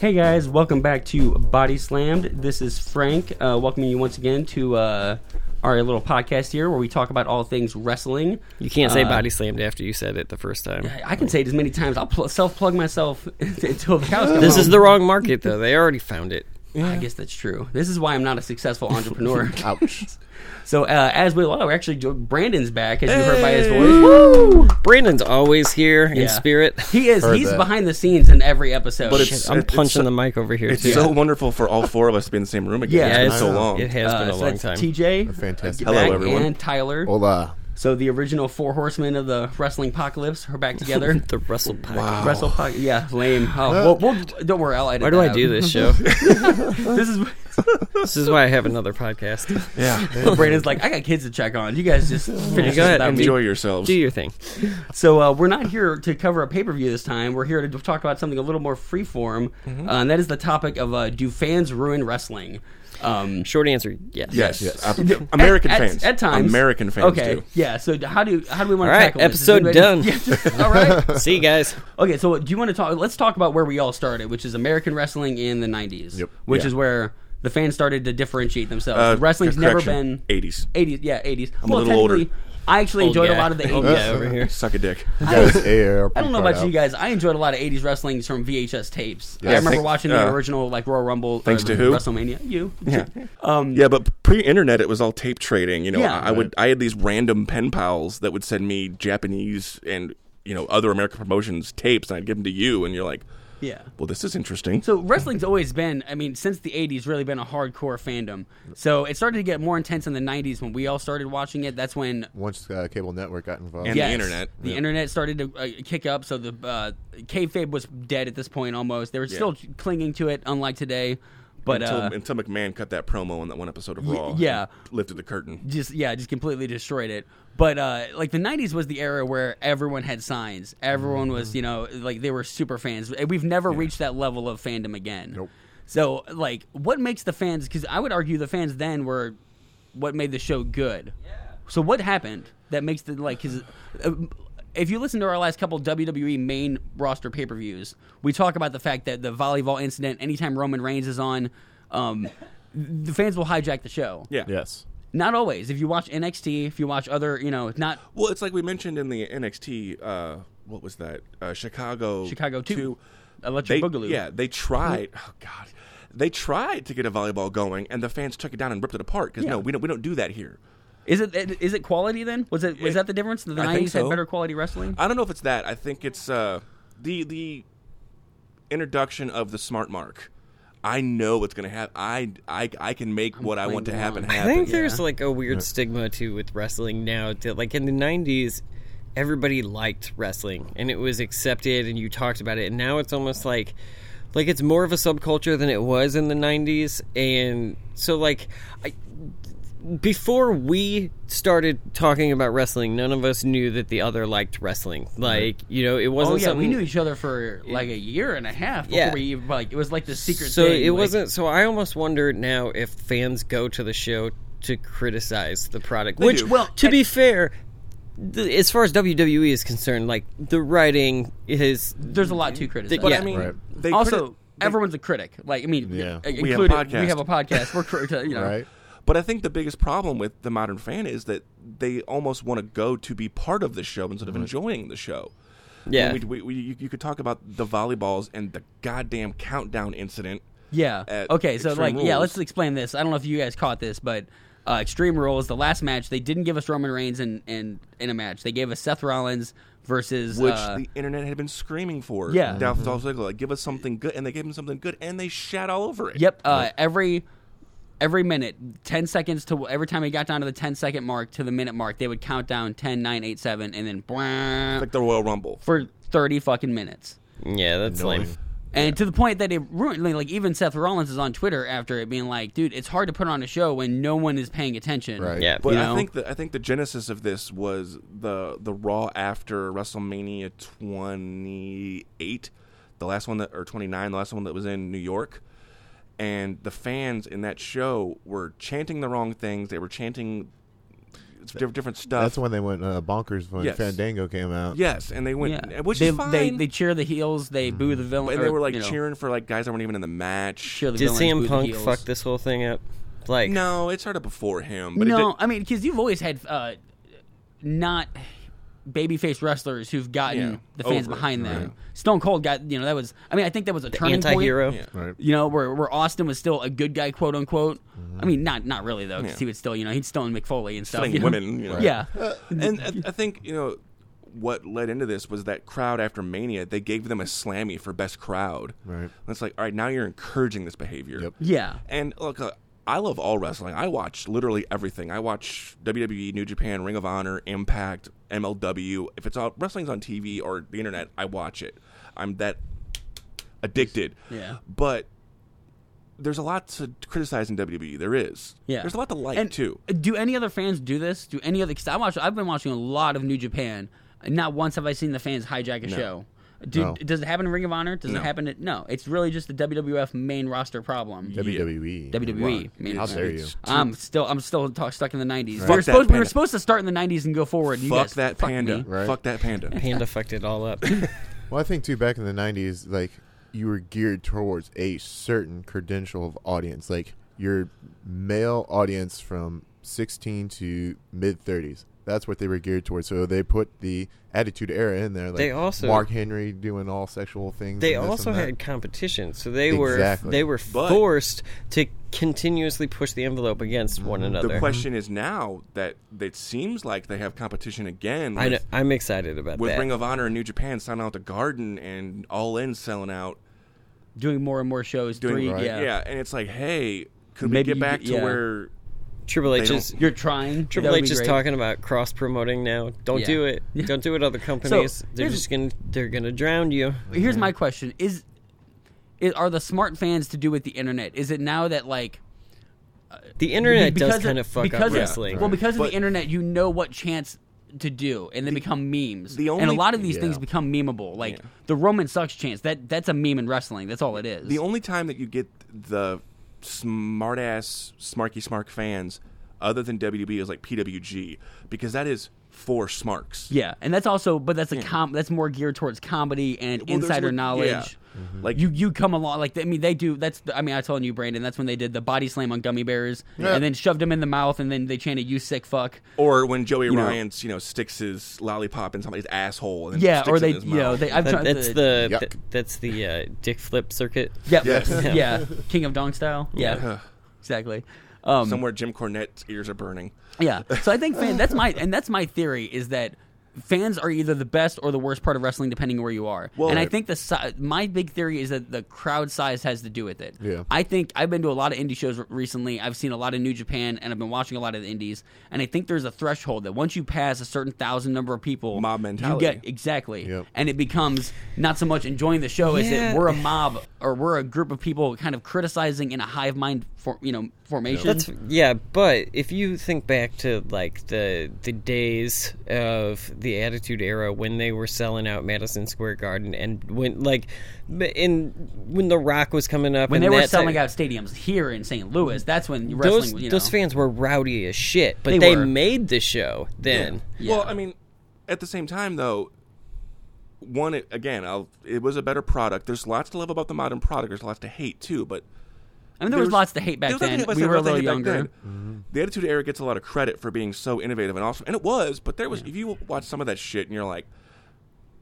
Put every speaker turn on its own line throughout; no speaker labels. Hey guys, welcome back to Body Slammed. This is Frank, uh, welcoming you once again to uh, our little podcast here where we talk about all things wrestling.
You can't say
Uh,
body slammed after you said it the first time.
I- I can say it as many times. I'll pl- self plug myself until the cows come
This
home.
is the wrong market, though. They already found it.
I guess that's true. This is why I'm not a successful entrepreneur.
Ouch.
so uh, as we well, we're actually Brandon's back, as you heard by his voice.
Brandon's always here in
Yeah.
spirit.
He is.
Heard
he's
that.
behind the scenes in every episode.
But
Shit,
it's-
I'm
it- it's
punching
so-
the mic over here.
It's
too.
so wonderful for all four of us to be in the same room again.
Yeah,
it's been
it's-
so long.
It has been
Uh, so
a long
that's
time.
TJ,
fantastic.
uh,
Hello,
back,
everyone.
and Tyler.
Hola.
So the original four horsemen of the wrestling apocalypse are back together.
the Russell Pack.
Wrestle, po- yeah, lame. Oh, well, well, don't worry, I'll edit.
Why do
that
I
out.
do this show?
This is
this is why I have another podcast.
Yeah.
Brandon's like, I got kids to check on. You guys just finish
go
this
ahead,
without me.
Enjoy yourselves.
Do your thing.
So uh, we're not here to cover a pay per view this time. We're here to talk about something a little more freeform,
Mm-hmm.
uh, and that is the topic of uh, do fans ruin wrestling? Um,
Short answer: Yes.
Yes. Uh, American
at,
fans.
at, at times.
American fans
Okay,
do.
yeah. So d- how do how do we want
All
to
right,
tackle this? Is
episode
anybody-
done.
Yeah, all right.
See you guys.
Okay, so do you want to talk? Let's talk about where we all started, which is American wrestling in the '90s,
Yep.
which
Yeah.
is where the fans started to differentiate themselves.
Uh,
Wrestling's never
correction,
been
80s.
80s, yeah, 80s.
I'm a little older.
I actually enjoyed a
guy.
lot of the 80s.
Old guy over here.
Suck a dick.
I don't know about you guys. I enjoyed a lot of '80s wrestling from VHS tapes. I
Yeah,
remember
thanks-
watching the
uh,
original like Royal Rumble.
thanks
or
to who?
WrestleMania. You.
Yeah. yeah, but pre-internet, it was all tape trading. You know,
Um, Yeah.
I, I would, I had these random pen pals that would send me Japanese and you know other American promotions tapes, and I'd give them to you, and you're like,
Yeah.
well, this is interesting.
So wrestling's always been, I mean, since the '80s, really been a hardcore fandom. So it started to get more intense in the '90s when we all started watching it. That's when
once uh, cable network got involved.
And- the internet.
The internet started to uh, kick up, so the uh, kayfabe was dead at this point almost. They were still clinging to it, unlike today. But
until,
uh,
until McMahon cut that promo on that one episode of Raw, and
yeah.
lifted the curtain.
just yeah, just completely destroyed it. But uh, like the '90s was the era where everyone had signs. Everyone was you know like they were super fans. And We've never reached that level of fandom again.
Nope.
So like, what makes the fans? Because I would argue the fans then were what made the show good. So what happened that makes the like? Because if you listen to our last couple WWE main roster pay per views, we talk about the fact that the volleyball incident. Anytime Roman Reigns is on, um, the fans will hijack the show.
Yeah.
Yes.
Not always. If you watch NXT, if you watch other, you know, not
Well, it's like we mentioned in the NXT. Uh, what was that? Uh, Chicago.
Chicago 2,
They,
Electric Boogaloo.
yeah, they tried. Oh God, they tried to get a volleyball going, and the fans took it down and ripped it apart. Because no,
Yeah.
we don't. We don't do that here.
Is it is it quality then? Was it was that the difference? The
I think
nineties
so.
had better quality wrestling.
I don't know if it's that. I think it's uh, the the introduction of the smart mark. I know what's going to happen. I, I I can make what I want to
playing
happen
along.
I
happen.
think there's like a weird stigma too with wrestling now. That like in the '90s, everybody liked wrestling and it was accepted, and you talked about it. And now it's almost like, like it's more of a subculture than it was in the '90s. And so like, I, before we started talking about wrestling, none of us knew that the other liked wrestling. Like you know, it
Oh
wasn't
yeah, we
something-
knew each other for like a year and a half before
Yeah.
we even like it was like the secret.
so
thing,
it
like-
wasn't so i almost wonder now if fans go to the show to criticize the product which
do.
Well,
well to
I-
be fair th- as far as wwe is concerned like the writing is
There's a lot to criticize.
But,
But
yeah.
I mean,
Right.
they
also,
criti-
everyone's a critic. Like I mean,
Yeah.
uh,
We have
included-
podcast.
We have a podcast. We're criti- you know.
Right.
But I think the biggest problem with the modern fan is that they almost want to go to be part of the show instead
Mm-hmm.
of enjoying the show.
Yeah.
we, we, we, you, you could talk about the volleyballs and the goddamn countdown incident.
Yeah.
at
okay, so like
Extreme
yeah,
Rules.
let's explain this. I don't know if you guys caught this, but uh, Extreme Rules, the last match, they didn't give us Roman Reigns in in, in a match. They gave us Seth Rollins versus
Which
uh,
the internet had been screaming for.
Yeah. Mm-hmm.
Dolph Dolph Ziggler, like, give us something good, and they gave him something good, and they shat all over it.
Yep. Uh, every every minute, ten seconds to every time we got down to the 10 second mark to the minute mark, they would count down 10, 9, 8, 7, and then brrrr
like the Royal Rumble.
for thirty fucking minutes.
yeah that's lame
Annoying.
And to the point that it ruined, like, like, even Seth Rollins is on Twitter after it being like, dude, it's hard to put on a show when no one is paying attention.
Right.
yeah
But
You
I
know?
think the I think the genesis of this was the the Raw after WrestleMania 28, the last one that or 29, the last one that was in New York, and the fans in that show were chanting the wrong things. They were chanting it's diff- different stuff.
That's when they went uh, bonkers when
Yes.
Fandango came out.
Yes, and they went,
Yeah.
which
they,
is fine.
They, they cheer the heels. They boo the villain.
and they
or,
were like
you know,
cheering for like guys that weren't even in the match.
Cheer the
Did
villains, boo
CM
the
Punk
heels.
fuck this whole thing up? Like,
No, it started before him. But
no,
it
I mean, because you've always had uh, not babyface wrestlers who've gotten
Yeah,
the fans
over it,
behind them. Stone Cold got you know that was. I mean, I think that was a turning
anti-hero.
point.
did, yeah.
Right.
You know, where where Austin was still a good guy, quote unquote. I mean, not not really though, because
Mm. Yeah.
he would still you know he'd stolen McFoley and stuff.
Stunning
you know?
women, you know.
Yeah,
and I, I think you know what led into this was that crowd after Mania. They gave them a slammy for best crowd.
Right.
And it's like, all right, now you're encouraging this behavior.
Yep.
yeah.
And look, uh, I love all wrestling. I watch literally everything. I watch WWE, New Japan, Ring of Honor, Impact, MLW. If it's all wrestling's on TV or the internet, I watch it. I'm that addicted.
Yeah.
But there's a lot to criticize in WWE. There is.
Yeah,
There's a lot to like
And
too.
Do any other fans do this? Do any other? Cause I watch. I've been watching a lot of New Japan. and Not once have I seen the fans hijack a show. Do,
No.
Does it happen in Ring of Honor? Does
No.
it happen? At, no, it's really just the WWF main roster problem.
E.
WWE.
WWE. main
How
roster.
dare you?
I'm still I'm still ta- stuck in the 90s.
Fuck
We,
that
were supposed, we were
panda.
supposed to start in the 90s and go forward. and you
Fuck
guys
that
fucked
panda.
me.
Right.
Fuck that panda.
Panda fucked it all up.
Well, I think too back in the '90s, like you were geared towards a certain credential of audience, like your male audience from 16 to mid 30s. That's what they were geared towards. So they put the Attitude Era in there. Like
They also-
Mark Henry doing all sexual things.
They
and this
also
and that.
had competition, so they were
Exactly.
they were
But-
forced to continuously push the envelope against one another.
The
Mm-hmm.
question is now that it seems like they have competition again.
I
with-
know, I'm excited about
with
that.
Ring of Honor and New Japan selling out the Garden and All In selling out,
Doing more and more shows.
doing
three,
right.
yeah.
and it's like, hey, could
Maybe
we get
you
back
could-
to
yeah.
where?
Triple H
they
is
don't-
You're trying. That
Triple
would
H
be
is
great.
talking about cross promoting now. Don't
Yeah.
do it.
Yeah.
Don't do it. Other companies they're
here's-
just gonna they're gonna drown you.
Here's my question: Is, is are the smart fans to do with the internet? Is it now that like
The internet
because
does kind of fuck up
because
wrestling.
Well, because of
But-
the internet, you know what chance to do, and they become memes.
the
and a
only-
lot of these things
Yeah.
become memeable. Like the Roman sucks chance. That that's a meme in wrestling. That's all it is.
The only time that you get the smart ass smarky smark fans other than WWE is like PWG because that is for smarks.
yeah, and that's also, but that's a com. That's more geared towards comedy and
Well, there's
insider
what-
knowledge.
yeah. Mm-hmm. Like
You you come along like I mean they do that's I mean I told you Brandon that's when they did the body slam on gummy bears
Yeah.
and then shoved him in the mouth and then they chanted you sick fuck
or when Joey
know.
Ryan's you know sticks his lollipop in somebody's asshole and
yeah
sticks
or
it
they
in his
you know
mouth.
they I've
That-
tried
that's the
Yuck.
that- that's the uh, dick flip circuit.
Yeah,
Yes.
yeah, King of Dong style. Yeah, exactly. Um,
somewhere Jim Cornette's ears are burning.
yeah, so I think fan, that's my and that's my theory is that fans are either the best or the worst part of wrestling depending where you are. and I
right.
think the si- my big theory is that the crowd size has to do with it.
Yeah.
I think I've been to a lot of indie shows re- recently. I've seen a lot of New Japan and I've been watching a lot of the indies. And I think there's a threshold that once you pass a certain thousand number of people,
Mob
You
mentality.
get exactly,
Yep.
and it becomes not so much enjoying the show as
Yeah.
that we're a mob or we're a group of people kind of criticizing in a hive mind, for, you know, formation.
That's yeah, but if you think back to like the the days of the Attitude Era when they were selling out Madison Square Garden and when like b- in when The Rock was coming up
when
and
they were
that type-
selling out stadiums here in St. Louis, that's when wrestling.
those
you know,
those fans were rowdy as shit, but
They
they,
were.
made the show then.
Yeah.
Well, I mean, at the same time, though, one it, again, I'll, it was a better product. There's lots to love about the modern product. There's lots to hate too. But
I mean, there was lots to hate back
there's nothing
then.
to hate-
We were a
nothing to
little
hate back
younger.
then. The Attitude Era gets a lot of credit for being so innovative and awesome, and it was. But there was, if you watch some of that shit, and you're like,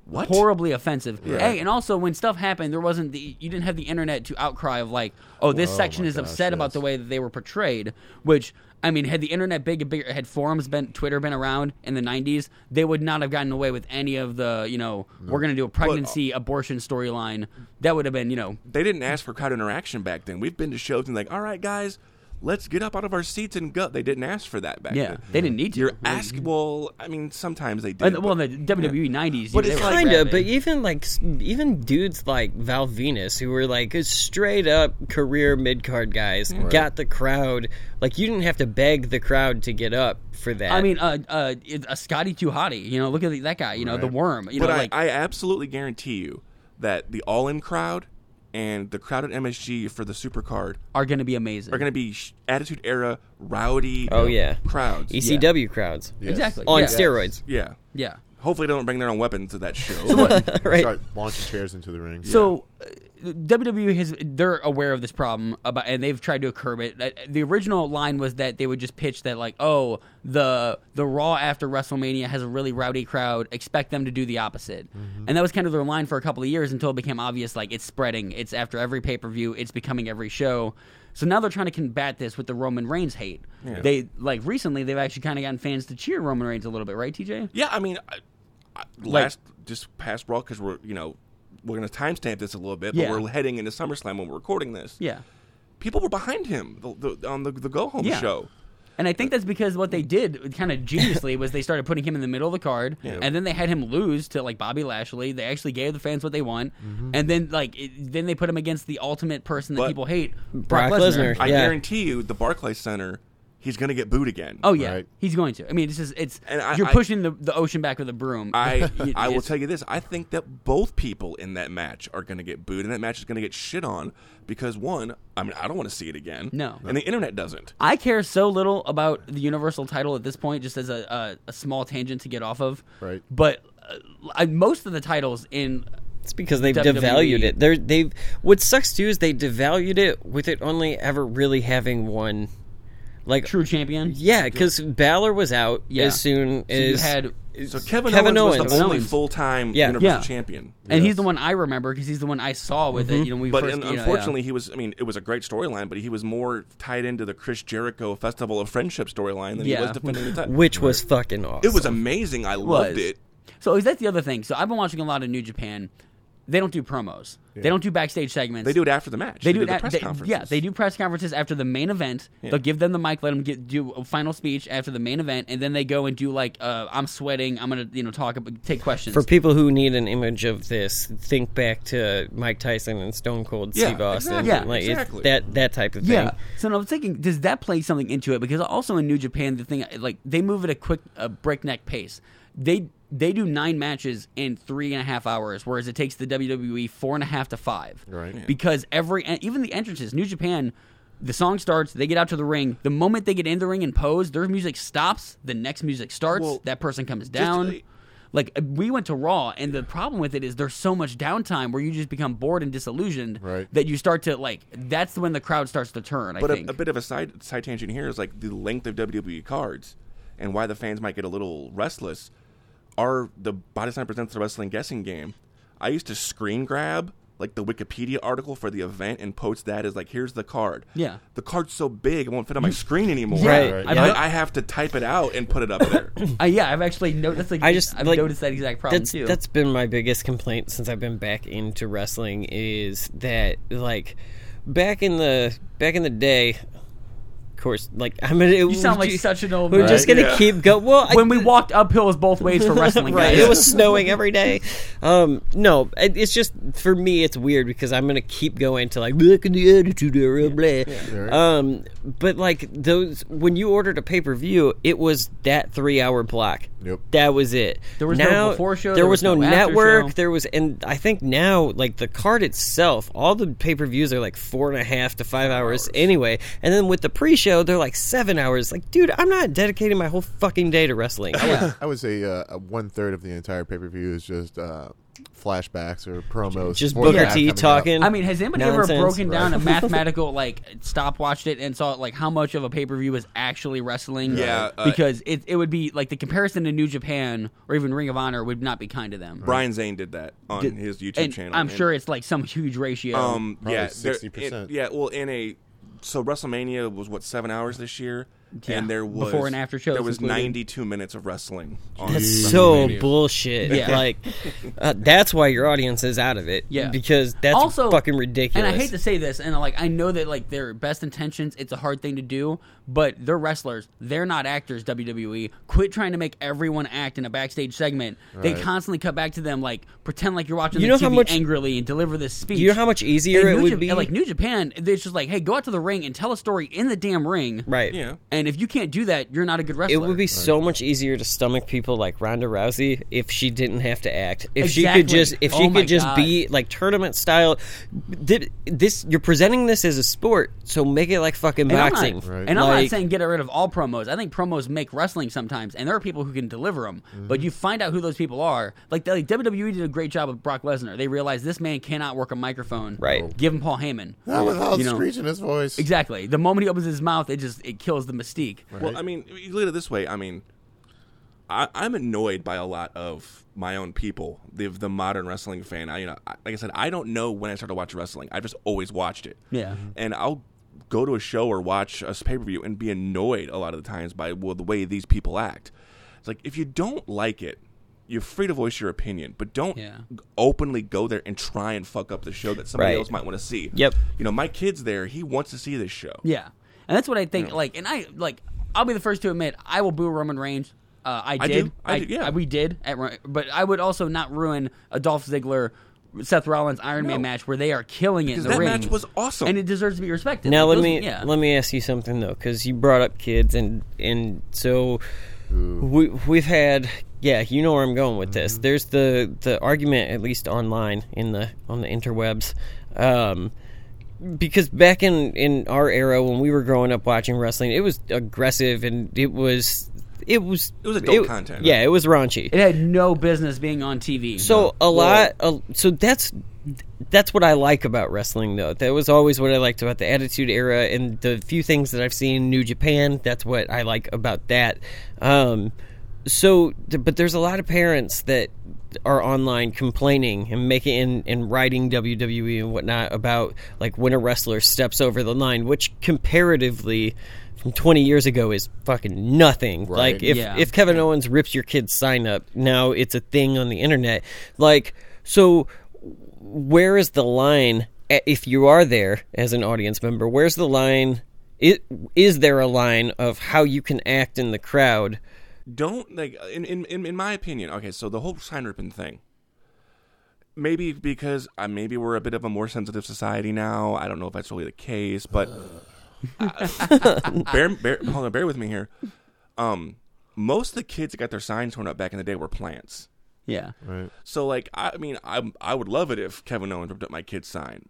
what?
Horribly offensive. Hey, and also when stuff happened, there wasn't the you didn't have the internet to outcry of like, oh, this section
my
is
gosh,
upset about
yes.
the way that they were portrayed. Which I mean, had the internet big, bigger, had forums been Twitter been around in the '90s, they would not have gotten away with any of the you know we're going to do a pregnancy abortion storyline. That would have been you know
They didn't ask for crowd interaction back then. We've been to shows and like, all right, guys, let's get up out of our seats and go. They didn't ask for that back
yeah
then.
they didn't need to.
You're asking. Well, I mean, sometimes they did.
And- well, in the WWE '90s,
But
you know, they
it's
were
kind of,
rabid.
but even like s- even dudes like Val Venus, who were like straight up career mid card guys,
Mm-hmm.
got the crowd. Like you didn't have to beg the crowd to get up for that.
I mean, uh, uh, it- a Scotty Too Hottie. You know, look at that guy. You know, the worm. You
but
know,
I,
like
I absolutely guarantee you that the all in crowd and the crowd at MSG for the Supercard
are going to be amazing.
are going to be sh- Attitude Era rowdy.
Oh, yeah.
crowds.
ECW crowds
Yes.
Exactly.
on
yeah.
steroids.
Yeah.
Yeah.
Hopefully, they don't bring their own weapons to that show.
right.
Start launching chairs into the ring.
So uh, WWE has they're aware of this problem about and they've tried to curb it. Uh, The original line was that they would just pitch that like, "Oh, the the Raw after WrestleMania has a really rowdy crowd. Expect them to do the opposite." And that was kind of their line for a couple of years until it became obvious like it's spreading. It's after every pay-per-view, it's becoming every show. So now they're trying to combat this with the Roman Reigns hate. They like recently they've actually kind of gotten fans to cheer Roman Reigns a little bit, right, TJ?
Yeah, I mean, I, I, last just past Raw because we're you know we're gonna timestamp this a little bit, but
Yeah.
we're heading into SummerSlam when we're recording this.
Yeah.
people were behind him the, the, on the the go home
Yeah.
show.
And I think that's because what they did kind of geniusly was they started putting him in the middle of the card, and then they had him lose to like Bobby Lashley. They actually gave the fans what they want, and then like it, then they put him against the ultimate person that
Mm-hmm. But-
people hate, Brock,
Brock
Lesnar.
Lesnar.
I
Yeah.
guarantee you, the Barclays Center, he's gonna get booed again.
Oh yeah,
Right.
he's going to. I mean, it's just it's
And I-
you're
I-
pushing the, the ocean back with a broom.
I
It-
I will
it's-
tell you this. I think that both people in that match are going to get booed, and that match is going to get shit on because one, I mean, I don't want to see it again.
No.
and the internet doesn't.
I care so little about the Universal title at this point, just as a, a, a small tangent to get off of.
Right.
But uh, I, most of the titles in
It's because they've
WWE.
devalued it. They're, they've what sucks too is they devalued it with it only ever really having one, like
True Champion,
yeah, because Balor was out
Yeah.
as soon
you
as
had
So Kevin,
Kevin
Owens, was
Owens.
the only
Owens.
full time
Yeah.
Universal
Yeah.
Champion.
And he's
Yes.
the one I remember because he's the one I saw with it. You know, when we
Mm-hmm. But
first,
un-
you know, yeah.
unfortunately, he was. I mean, it was a great storyline, but he was more tied into the Chris Jericho Festival of Friendship storyline than
Yeah.
he was defending the title.
which was fucking awesome.
it was amazing. I loved it.
So that's the other thing. So I've been watching a lot of New Japan. They don't do promos. They don't do backstage segments.
They do it after the match.
They do,
the
that.
press
they-
conferences.
yeah, they do press conferences after the main event. They'll give them the mic, let them get do a final speech after the main event, and then they go and do like, uh, "I'm sweating. I'm gonna you know talk ab- take questions."
For people who need an image of this, think back to Mike Tyson and Stone Cold
Yeah,
Steve Austin.
exactly.
Yeah.
like it's
Exactly.
that that type of thing.
Yeah. So now I was thinking, does that play something into it? Because also in New Japan, the thing like they move at a quick, a breakneck pace. They they do nine matches in three and a half hours, whereas it takes the WWE four and a half to five.
Right. Yeah.
Because every and even the entrances, New Japan. The song starts, they get out to the ring. The moment they get in the ring and pose, their music stops, the next music starts,
Well,
that person comes down.
uh,
like uh, we went to Raw and the problem with it is there's so much downtime where you just become bored and disillusioned
Right.
that you start to like that's when the crowd starts to turn, I
But a,
think.
a bit of a side side tangent here is like the length of WWE cards and why the fans might get a little restless. Are the Body Slam presents the wrestling guessing game? I used to screen grab like the Wikipedia article for the event and post that as like, here's the card.
Yeah.
The card's so big it won't fit on my screen anymore.
Right,
Right.
I've,
I, I have to type it out and put it up there.
uh, yeah, I've actually noticed like
I just
I've
like,
noticed that exact problem
that's,
too.
That's been my biggest complaint since I've been back into wrestling is that like back in the back in the day, of course, like I'm gonna. You
sound like such an old
We're
man.
just gonna
Yeah.
keep go. Well, I-
when we walked up hills both ways for wrestling,
right.
guys.
It was snowing every day. Um, no, it, it's just for me, it's weird because I'm gonna keep going to like look in the attitude era, blah. Um, but like those when you ordered a pay per view, it was that three hour block.
Yep.
that was it.
There was no before show,
There,
there
was,
was
no
no after
network.
show.
There was, and I think now like the card itself, all the pay per views are like four and a half to five hours anyway, and then with the pre show, they're like seven hours. Like, dude, I'm not dedicating my whole fucking day to wrestling.
I would say uh, one third of the entire pay per view is just uh, flashbacks or promos.
Just
for the
Booker
act coming
T
up.
talking.
I mean, has anybody ever
Nonsense.
broken down a mathematical like stopwatched it and saw like how much of a pay per view is actually wrestling?
Yeah, uh,
because it it would be like the comparison to New Japan or even Ring of Honor would not be kind to them.
Brian Zane did that on his YouTube
and
channel.
I'm
and-
sure it's like some huge ratio.
Um,
Probably
yeah, there-
60%.
it- Yeah, well, in a so WrestleMania was what seven hours this year,
Yeah,
and there was
before and after shows
There was
included.
92 minutes of wrestling. On
That's
WrestleMania.
so bullshit.
Yeah.
Like, uh, that's why your audience is out of it.
Yeah.
Because that's
also
fucking ridiculous.
And I hate to say this, and like I know that like their best intentions, it's a hard thing to do, but they're wrestlers. They're not actors. WWE quit trying to make everyone act in a backstage segment. They
Right.
constantly cut back to them, like pretend like you're watching
You
the
know
TV
how much-
angrily and deliver this speech.
you know how much easier
And
it
New
would
Jap-
be?
and, like New Japan, it's just like, hey, go out to the ring and tell a story in the damn ring,
right.
Yeah.
And And if you can't do that, you're not a good wrestler.
It would be so much easier to stomach people like Ronda Rousey if she didn't have to act. If she
Exactly.
could just, if she
Oh my
could just
God.
be like tournament style. Th- This you're presenting this as a sport, so make it like fucking
And I'm not-
boxing.
And I'm
Like,
not saying get rid of all promos. I think promos make wrestling sometimes, and there are people who can deliver them. But you find out who those people are. Like, they- like WWE did a great job with Brock Lesnar. They realized this man cannot work a microphone.
Right.
Give him Paul Heyman.
Not without
You know.
screeching his voice.
Exactly. The moment he opens his mouth, it just it kills the mystique.
Well, I mean, you look at it this way. I mean, I, I'm annoyed by a lot of my own people, the the modern wrestling fan. I, you know, I- like I said, I don't know when I started watching wrestling. I've just always watched it.
Yeah.
Mm-hmm.
And I'll go to a show or watch a pay per view and be annoyed a lot of the times by well, the way these people act. It's like if you don't like it. You're free to voice your opinion, but don't
Yeah.
openly go there and try and fuck up the show that somebody
Right.
else might want to see.
Yep.
You know, my kid's there. He wants to see this show.
Yeah, and that's what I think. Like, and I like, I'll be the first to admit, I will boo Roman Reigns. Uh, I did.
do. I do, yeah.
we did. At, Ro- but I would also not ruin a Dolph Ziggler, Seth Rollins Iron Man
No.
match where they are killing it. in the
that
ring.
match was awesome.
and it deserves to be respected.
Now
Like,
let
those-
me
Yeah.
let me ask you something though, because you brought up kids and and so we we've had yeah you know where I'm going with
Mm-hmm.
this. There's the the argument at least online in the on the interwebs. Um, because back in in our era when we were growing up watching wrestling, it was aggressive and it was it was
It was adult content.
Yeah, it was raunchy.
it had no business being on TV.
So a lot. A, so that's that's what I like about wrestling, though. That was always what I liked about the Attitude Era and the few things that I've seen in New Japan. That's what I like about that. Um, so, th- but there's a lot of parents that are online complaining and making and, and writing WWE and whatnot about like when a wrestler steps over the line, which comparatively from 20 years ago is fucking nothing. Like if
Yeah.
if Kevin Owens rips your kid's sign up, now it's a thing on the internet. Like, so where is the line eh, if you are there as an audience member? Where's the line? i- Is there a line of how you can act in the crowd?
don't like uh, in, in in in my opinion okay so the whole sign ripping thing maybe because uh, maybe we're a bit of a more sensitive society now i don't know if that's really the case but bear, bear hold on bear with me here um most of the kids that got their signs torn up back in the day were plants
yeah,
Right.
so like i mean i i would love it if kevin owens ripped up my kid's sign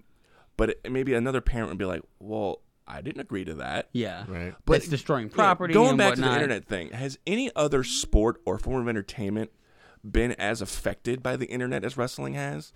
but it, maybe another parent would be like well i didn't agree to that
yeah,
Right.
But it's destroying
yeah,
property.
going
and
back
whatnot.
to the internet thing, has any other sport or form of entertainment been as affected by the internet as wrestling has?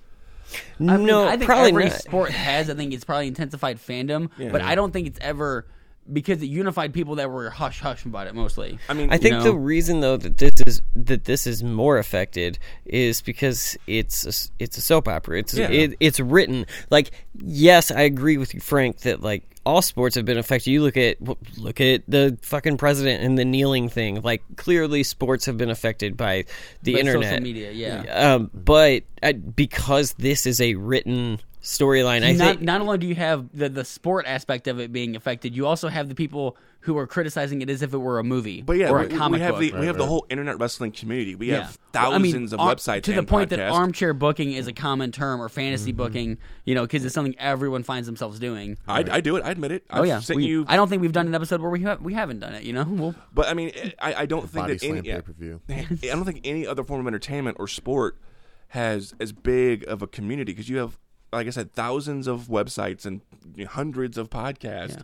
I mean,
no,
I think
probably
every
not.
sport has. I think it's probably intensified fandom, but I don't think it's ever because it unified people that were hush hush about it mostly.
I mean,
I think
know?
the reason though that this is that this is more affected is because it's a, s- it's a soap opera. It's
Yeah.
it, it's written like yes, I agree with you, Frank. That like all sports have been affected. You look at w- look at the fucking president and the kneeling thing. Like clearly, sports have been affected by the
By social
internet,
media, yeah.
Um, but I, because this is a written storyline, I
not,
think
not only do you have the, the sport aspect of it being affected, you also have the people who are criticizing it as if it were a movie
but yeah,
or
we,
a
we
comic
have
book.
the we have the whole internet wrestling community. We
Yeah.
have
Well, I mean,
thousands
ar-
of websites
to the
and
point that
podcasts. Mm-hmm.
armchair booking is a common term or fantasy booking, you know, because it's something everyone finds themselves doing.
I, I do it. I admit it. Uh, I've
oh yeah,
sent
We-
you.
I don't think we've done an episode where we ha- we haven't done it. You know, well,
but I mean, eh, I, I don't think
Body
that any.
slam
yeah.
pay-per-view.
I don't think any other form of entertainment or sport has as big of a community because you have, like I said, thousands of websites and hundreds of podcasts
Yeah.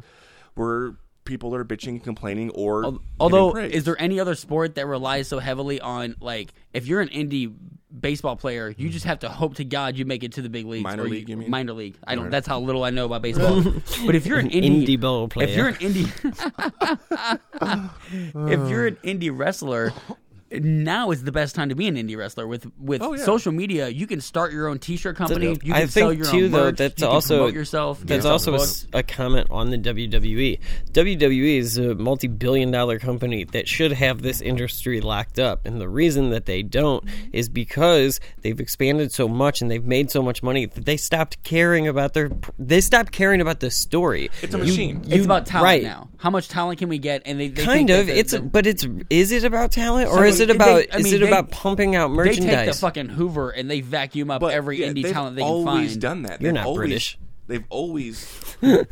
where people are bitching, complaining, or giving
Although,
praise.
is there any other sport that relies so heavily on like if you're an indie baseball player, you just have to hope to God you make it to the big leagues.
Minor
or
league, you mean?
Minor league. I don't. That's how little I know about baseball. but if you're an indie,
indie ball player.
if you're an indie, if you're an indie wrestler. Now is the best time to be an indie wrestler. With with
Oh, yeah.
social media, you can start your own T-shirt company. You can
I
sell
think
your
too
own
though
merch,
that's
you can
also
promote yourself. you
That's
can
also a,
sell
s- a comment on the E. WWE. WWE is a multi-billion-dollar company that should have this industry locked up, and the reason that they don't is because they've expanded so much and they've made so much money that they stopped caring about their. They stopped caring about the story.
It's a machine.
it's about talent
right.
now. How much talent can we get? And they, they think
kind
that
of.
the-
it's
the-
but it's is it about talent or
So they-
is it about
I
is
mean,
it
they-
about pumping out
They take the
merchandise?
fucking Hoover and they vacuum up every
yeah,
indie
they've
talent they
always
can find.
done that.
You're
They've
not
always-
British.
They've always they have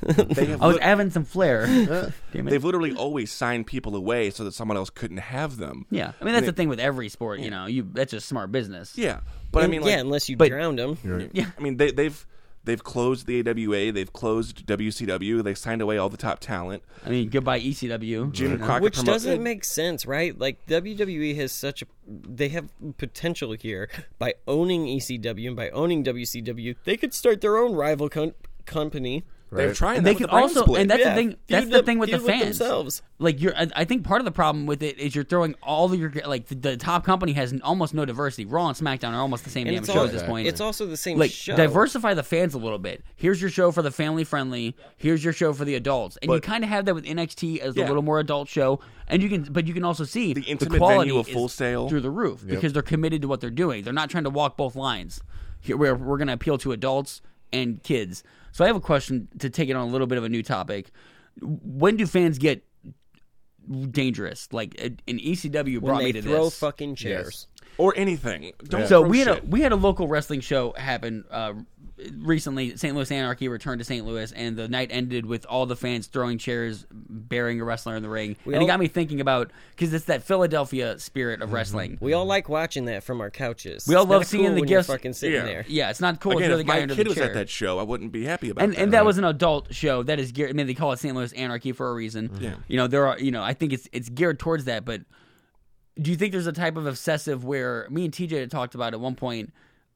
I was Oh,
lit-
having some flair. Damn it.
they've literally always signed people away so that someone else couldn't have them.
Yeah, I mean that's the thing with every sport. You know, you that's just smart business.
Yeah, but I mean, like,
yeah, unless you
but-
drowned him.
Yeah.
I mean, they, they've they've closed the AWA, they've closed WCW, they signed away all the top talent.
I mean, E goodbye ECW.
Jim Crockett
Which
promote-
doesn't make sense, right? Like WWE has such a they have potential here by owning ECW and by owning WCW, they could start their own rival com- company.
They're
Right.
trying.
they
that with
could
the brand
also,
split.
and that's
Yeah,
the thing.
feud
That's the
them-
thing with the
feud with
fans.
themselves.
Like you're, I I think part of the problem with it is you're throwing all of your like the, the top company has almost no diversity. Raw and SmackDown are almost the same
And
damn
it's,
show
all,
at this point.
it's also the same
like
show.
diversify the fans a little bit. Here's your show for the family friendly. Here's your show for the adults, and you
But-
kind of have that with NXT as a
Yeah.
little more adult show. And you can, but you can also see the
intimate
quality
venue of
is
Full Sail.
through the roof because they're committed to what they're doing. They're not trying to walk both lines. Here we're we're going to appeal to adults and kids. So I have a question to take it on a little bit of a new topic. When do fans get dangerous? Like an ECW
when
brought
they
me to
throw
this.
fucking chairs.
or anything. Don't
So
throw
we had
shit.
a we had a local wrestling show happen uh, recently. St. Louis Anarchy returned to St. Louis, and the night ended with all the fans throwing chairs, burying a wrestler in the ring, and
all-
it got me thinking about because it's that Philadelphia spirit
Mm-hmm.
of wrestling.
We all like watching that from our couches.
We all
It's
love
not
seeing
cool
the
when you're
gifts-
fucking sitting
Yeah.
there.
Yeah, it's not cool
Again,
to throw the
if
guy
my
under
kid
the
was
chair.
at that show, I wouldn't be happy about
and
that.
and that was an adult show. That is geared. I mean, they call it St. Louis Anarchy for a reason.
Yeah.
You know, there are. You know, I think it's it's geared towards that. But do you think there's a type of obsessive where me and TJ had talked about at one point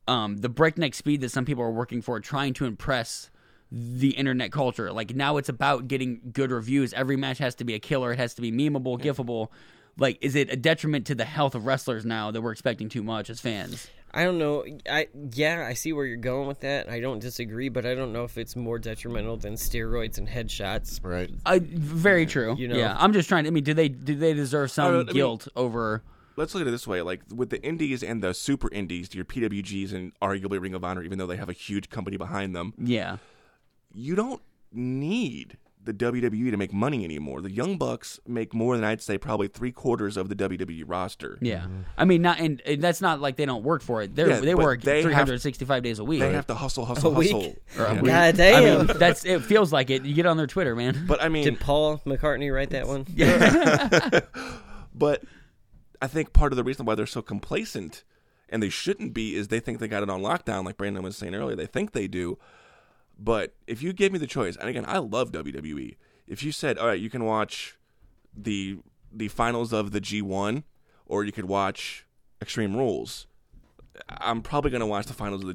um, the breakneck speed that some people are working for, trying to impress the internet culture. Like now, it's about getting good reviews. Every match has to be a killer. It has to be memeable, gifable. Like, is it a detriment to the health of wrestlers now that we're expecting too much as fans?
I don't know. I yeah, I see where you're going with that. I don't disagree, but I don't know if it's more detrimental than steroids and headshots.
Right.
Uh, very true.
You know.
yeah, I'm just trying. to I mean, do they do they deserve some
I mean-
guilt over?
Let's look at it this way: like with the indies and the super indies, your PWGs and arguably Ring of Honor, even though they have a huge company behind them,
Yeah,
you don't need the WWE to make money anymore. The Young Bucks make more than I'd say probably three quarters of the WWE roster.
yeah. I mean, not and, and that's not like they don't work for it. They're,
Yeah,
they
but
work
they have-
365 days a week.
They have to hustle, hustle,
week?
hustle.
Or a
Yeah.
week.
God
I
damn.
mean, that's it. Feels like it. You get on their Twitter, man.
But I mean,
Did Paul McCartney write that one?
But I think part of the reason why they're so complacent and they shouldn't be is they think they got it on lockdown, like Brandon was saying earlier. They think they do. But if you gave me the choice, and again, I love WWE. If you said, all right, you can watch the the finals of the G1 or you could watch Extreme Rules, I'm probably going to watch the finals of the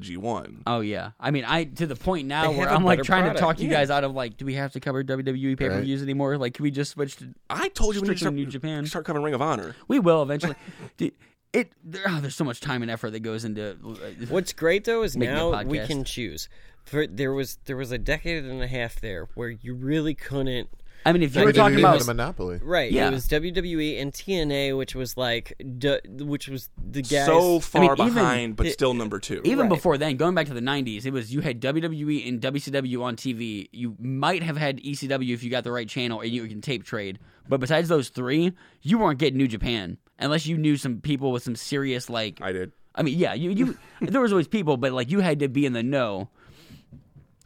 G1.
Oh yeah. I mean, I to the point now
They
where
have a
I'm like
better
trying to
product,
talk you guys out of like, do we have to cover WWE pay per views anymore? Like, can we just switch to?
I told you when you
Strictly
start,
New Japan.
start covering Ring of Honor.
We will eventually. Dude, it there, oh, there's so much time and effort that goes into. uh,
What's great though is
Making a
now we
podcast.
can choose. For, there was there was a decade and a half there where you really couldn't.
I mean, if you
We're
were talking
a
about
monopoly.
Right.
Yeah.
It was WWE and TNA, which was like, du- which was the guys.
So far
even-
behind, but still number two.
even
Right.
before then, going back to the '90s, it was you had WWE and WCW on TV. You might have had ECW if you got the right channel and you can tape trade. But besides those three, you weren't getting New Japan unless you knew some people with some serious like.
I did.
I mean, yeah, you you there was always people, but like you had to be in the know.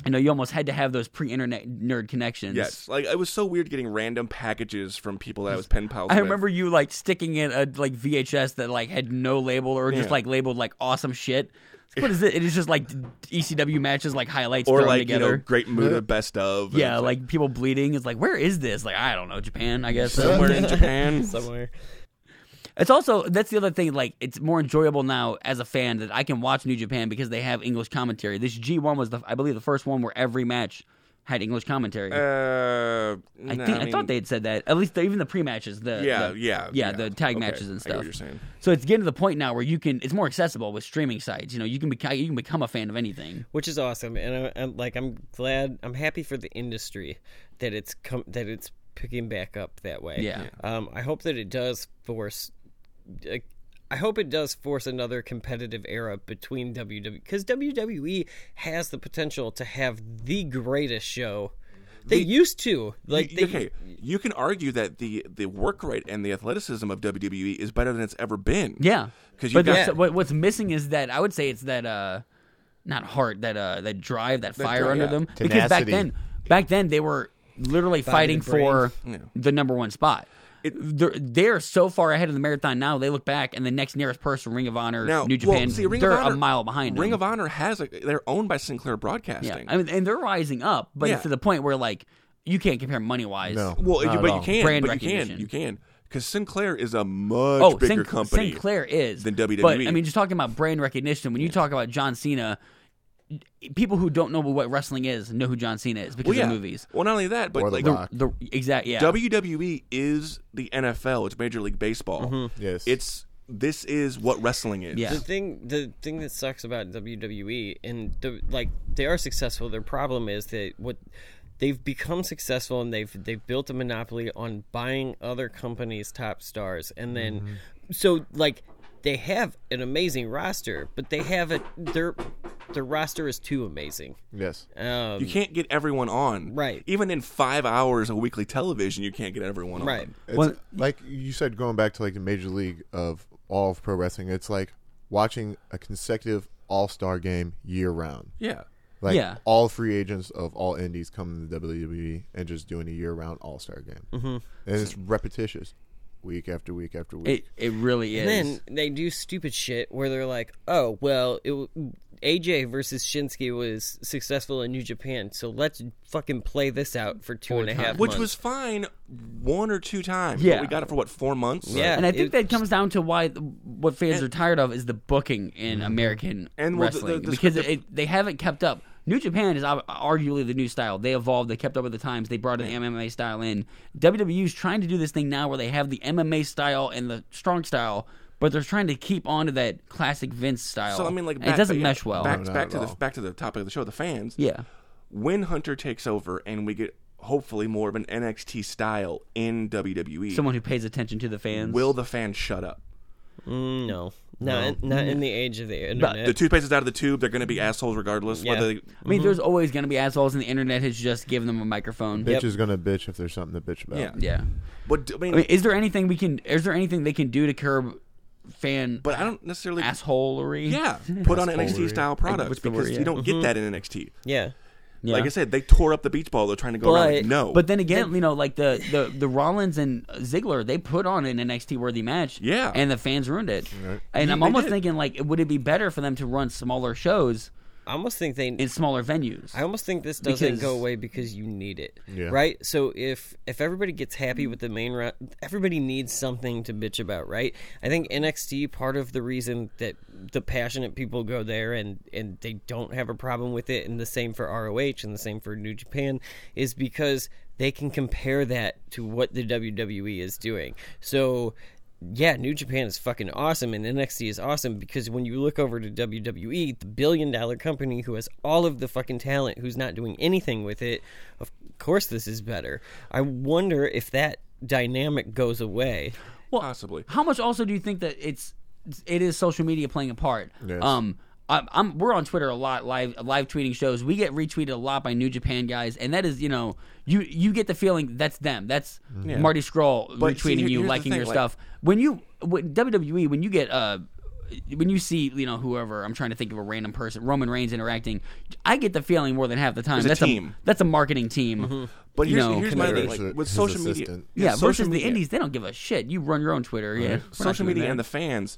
I know you almost had to have those pre-internet nerd connections.
Yes, like it was so weird getting random packages from people that I was pen pals.
I
with.
remember you like sticking in a like VHS that like had no label or just
Yeah.
like labeled like awesome shit. What is it? It is just like ECW matches, like highlights
or
thrown
like
together.
you know, Great Muda best of. and
yeah,
it's
like people bleeding. It's like, where is this? Like, I don't know, Japan, I guess.
somewhere in Japan.
somewhere.
It's also that's the other thing. Like, it's more enjoyable now as a fan that I can watch New Japan because they have English commentary. This G one was the I believe the first one where every match had English commentary.
Uh,
I think I, thought they had said that. At least the, even the pre matches, the
Yeah,
the-
yeah,
yeah, the tag
Okay,
matches and
I get
stuff.
what you're saying.
So it's getting to the point now where you can. It's more accessible with streaming sites. You know, you can be, you can become a fan of anything.
which is awesome and I, i'm like i'm glad i'm happy for the industry that it's come that it's picking back up that way
Yeah.
um i hope that it does force uh, i hope it does force another competitive era between E, wwe because wwe E has the potential to have the greatest show they used to like
Y-
they,
okay, you can argue that the the work rate and the athleticism of WWE is better than it's ever been.
Yeah,
because you
but
got
there's- what, what's missing is that I would say it's that uh, not heart that uh that drive that fire under
yeah.
them because back
Tenacity.
then back then they were literally fighting
brain.
for the number one spot. they're, they're so far ahead of the marathon now. They look back, and the next nearest person, Ring of Honor,
Now,
New Japan,
well, see, Ring
they're
of Honor,
a mile behind.
Ring
them.
of Honor has a, they're owned by Sinclair
Yeah,
Broadcasting.
I mean, and they're rising up, but
Yeah.
to the point where like you can't compare money wise.
No.
well, you,
Not at
but you
all.
can,
Brand
but you can,
recognition.
you can, because Sinclair is a much
Oh,
bigger
Sinc-
company.
Sinclair is
than E. WWE.
But I mean, just talking about brand recognition. When you talk about John Cena, people who don't know what wrestling is know who John Cena is because
well, yeah.
of movies.
Well, not only that, but
Or The
like
Rock.
The exact yeah.
WWE E is the NFL. It's Major League Baseball.
Yes.
It's this is what wrestling is.
Mm-hmm. Yeah.
The thing, the thing that sucks about WWE and the like, they are successful. Their problem is that what they've become successful and they've they've built a monopoly on buying other companies' top stars, and then
Mm-hmm.
so like they have an amazing roster, but they have a their their roster is too amazing.
yes.
Um,
You can't get everyone on.
Right.
Even in five hours of weekly television, you can't get everyone on.
right.
It's
Well-
like you said, going back to like the major league of all of pro wrestling, it's like watching a consecutive all star game year round.
Yeah.
Like
Yeah.
all free agents of all indies coming to WWE E and just doing a year round all star game. Mm-hmm. And it's repetitious week after week after week.
It it really is.
And then they do stupid shit where they're like, "Oh, well, it w- AJ versus Shinsuke was successful in New Japan, so let's fucking play this out for two and a half."
Which was
months."
fine one or two times.
Yeah.
But we got it for what, four months?
yeah,
and I think
it-
that comes down to why what fans are tired of is the booking in American
And well, the-
wrestling
the- the
because
script-
it, they haven't kept up. New Japan is ob- arguably the new style. They evolved. They kept up with the times. They brought an MMA style in. WWE is trying to do this thing now where they have the MMA style and the strong style, but they're trying to keep on to that classic Vince style.
So I mean, like
And it doesn't mesh well.
Back,
No, not
back
at
to the
all.
back to the topic of the show, the fans.
yeah,
When Hunter takes over, and we get hopefully more of an NXT style in WWE.
someone who pays attention to the fans.
will the fans shut up?
Mm, no, not not in the age of the internet.
The toothpaste is out of the tube. They're going to be assholes regardless.
Yeah.
Whether they,
I mean, there's always going to be assholes, and the internet has just given them a microphone.
bitch is going to bitch if there's something to bitch about.
yeah,
Yeah.
But I mean,
I mean, is there anything we can? Is there anything they can do to curb fan
but I don't necessarily.
assholery?
yeah, put on NXT
Assholery.
style
what's
products
the
because
word, yeah.
you don't
Mm-hmm.
get that in NXT.
yeah,
Yeah.
Like I said, they tore up the beach ball. They're trying to go around. Like,
But-
no,
But then again, you know, like the, the, the Rollins and Ziggler, they put on an NXT worthy match.
Yeah.
And the fans ruined it. And I'm almost
did.
thinking, like, would it be better for them to run smaller shows
I almost think they
in smaller venues?
I almost think this doesn't
Because-
go away because you need it,
Yeah.
right? So if if everybody gets happy with the main route, everybody needs something to bitch about, right? I think NXT part of the reason that the passionate people go there and and they don't have a problem with it, and the same for ROH and the same for New Japan, is because they can compare that to what the WWE is doing. So yeah, New Japan is fucking awesome and NXT is awesome because when you look over to WWE, the billion dollar company who has all of the fucking talent who's not doing anything with it, of course this is better. I wonder if that dynamic goes away.
possibly.
How much also do you think that it's it is social media playing a part?
Yes.
Um, I'm, I'm we're on Twitter a lot, live live tweeting shows. We get retweeted a lot by New Japan guys, and that is you know you you get the feeling that's them. That's
Mm-hmm.
Marty Scroll
But see,
retweeting
here- here's
you,
the
liking
thing,
your
like-
stuff. When you when, WWE, when you get uh. When you see, you know, whoever I'm trying to think of a random person, Roman Reigns interacting, I get the feeling more than half the time
a
that's
team.
that's a marketing team.
But
you
here's,
know,
here's my
compared
thing:
to
like, with
his
social media,
assistant.
yeah,
social
versus the
media-
indies, they don't give a shit. You run your own Twitter, yeah. We're not
social
doing
media
that.
and the fans.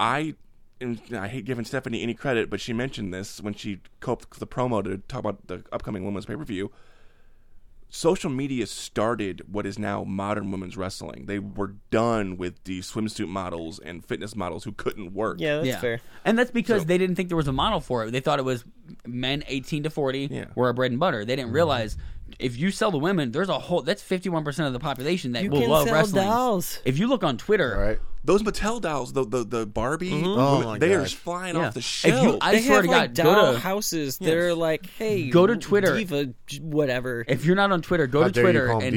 I and I hate giving Stephanie any credit, but she mentioned this when she coped the promo to talk about the upcoming women's pay per view. Social media started what is now modern women's wrestling. They were done with the swimsuit models and fitness models who couldn't work.
Yeah, that's fair.
And that's because they didn't think there was a model for it. They thought it was men 18 to 40
Yeah.
were our bread and butter. They didn't realize if you sell to women, there's a whole that's 51% of the population that
You
will
can
love
sell
wrestling.
dolls.
If you look on Twitter,
All right.
Those Mattel dolls, the the, the Barbie,
Oh my
they are
gosh.
flying
Mm-hmm. Yeah.
off the
If you-
shelves.
I
they
swear
have
to
like
God, go
doll
to-
houses. They're like, hey,
Go to Twitter.
diva, j- whatever.
if you're not on Twitter, go
How
to
dare
Twitter
you call them
and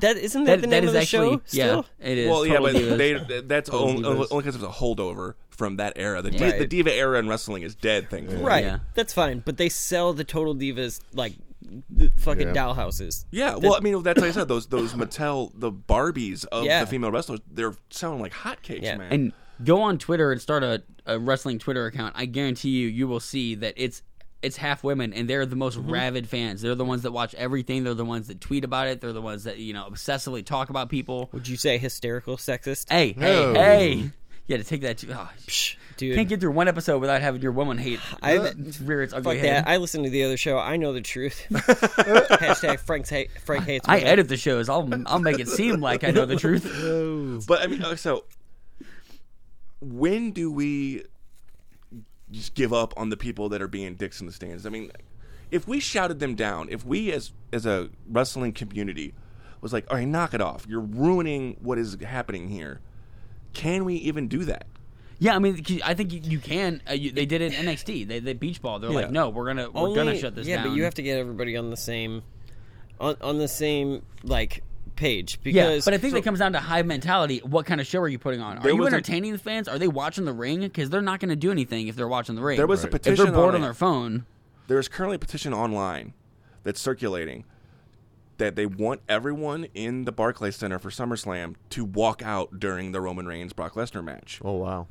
that isn't that,
that,
the name
that
of
is
the
actually
show? Still?
yeah, it is.
well, yeah,
Total
but
Divas.
they, that's only,
Divas.
only because it was a holdover from that era. The, di-
Right.
the diva era in wrestling is dead, thankfully.
Right.
Yeah.
That's fine, but they sell the Total Divas like th- fucking
Yeah.
dollhouses.
Yeah, well, I mean, that's like I said. Those those Mattel, the Barbies of
Yeah.
the female wrestlers, they're selling like hotcakes,
Yeah.
man.
and Go on Twitter and start a, a wrestling Twitter account. I guarantee you, you will see that it's it's half women, and they're the most rabid fans. They're the ones that watch everything. They're the ones that tweet about it. They're the ones that you know obsessively talk about people.
Would you say hysterical sexist?
Hey,
No.
hey, hey! Yeah, to take that. To, oh,
Psh, dude.
can't get through one episode without having your woman hate
I-
rear its ugly
Fuck
head.
that. I listen to the other show. I know the truth. Hashtag Frank's hate, Frank hates
I
women.
edit the shows. I'll I'll make it seem like I know the truth.
But I mean, uh, so when do we just give up on the people that are being dicks in the stands? I mean, if we shouted them down, if we as as a wrestling community was like, "All right, knock it off. You're ruining what is happening here." Can we even do that?
Yeah, I mean, c- I think you, you can. Uh, you, they did it in NXT. They they beach ball. They're like,
Yeah.
no, we're gonna we're
Only-
gonna shut this
yeah,
down.
but you have to get everybody on the same, on, on the same like page because.
yeah, but I think
so-
that comes down to hive mentality. What kind of show are you putting on? Are
There
you
was a-
entertaining the fans? Are they watching the ring? Because they're not going to do anything if they're watching the ring.
There was a
if
petition
they're bored on
it.
their phone.
There is currently a petition online that's circulating that they want everyone in the Barclays Center for SummerSlam to walk out during the Roman Reigns Brock Lesnar match.
Oh wow.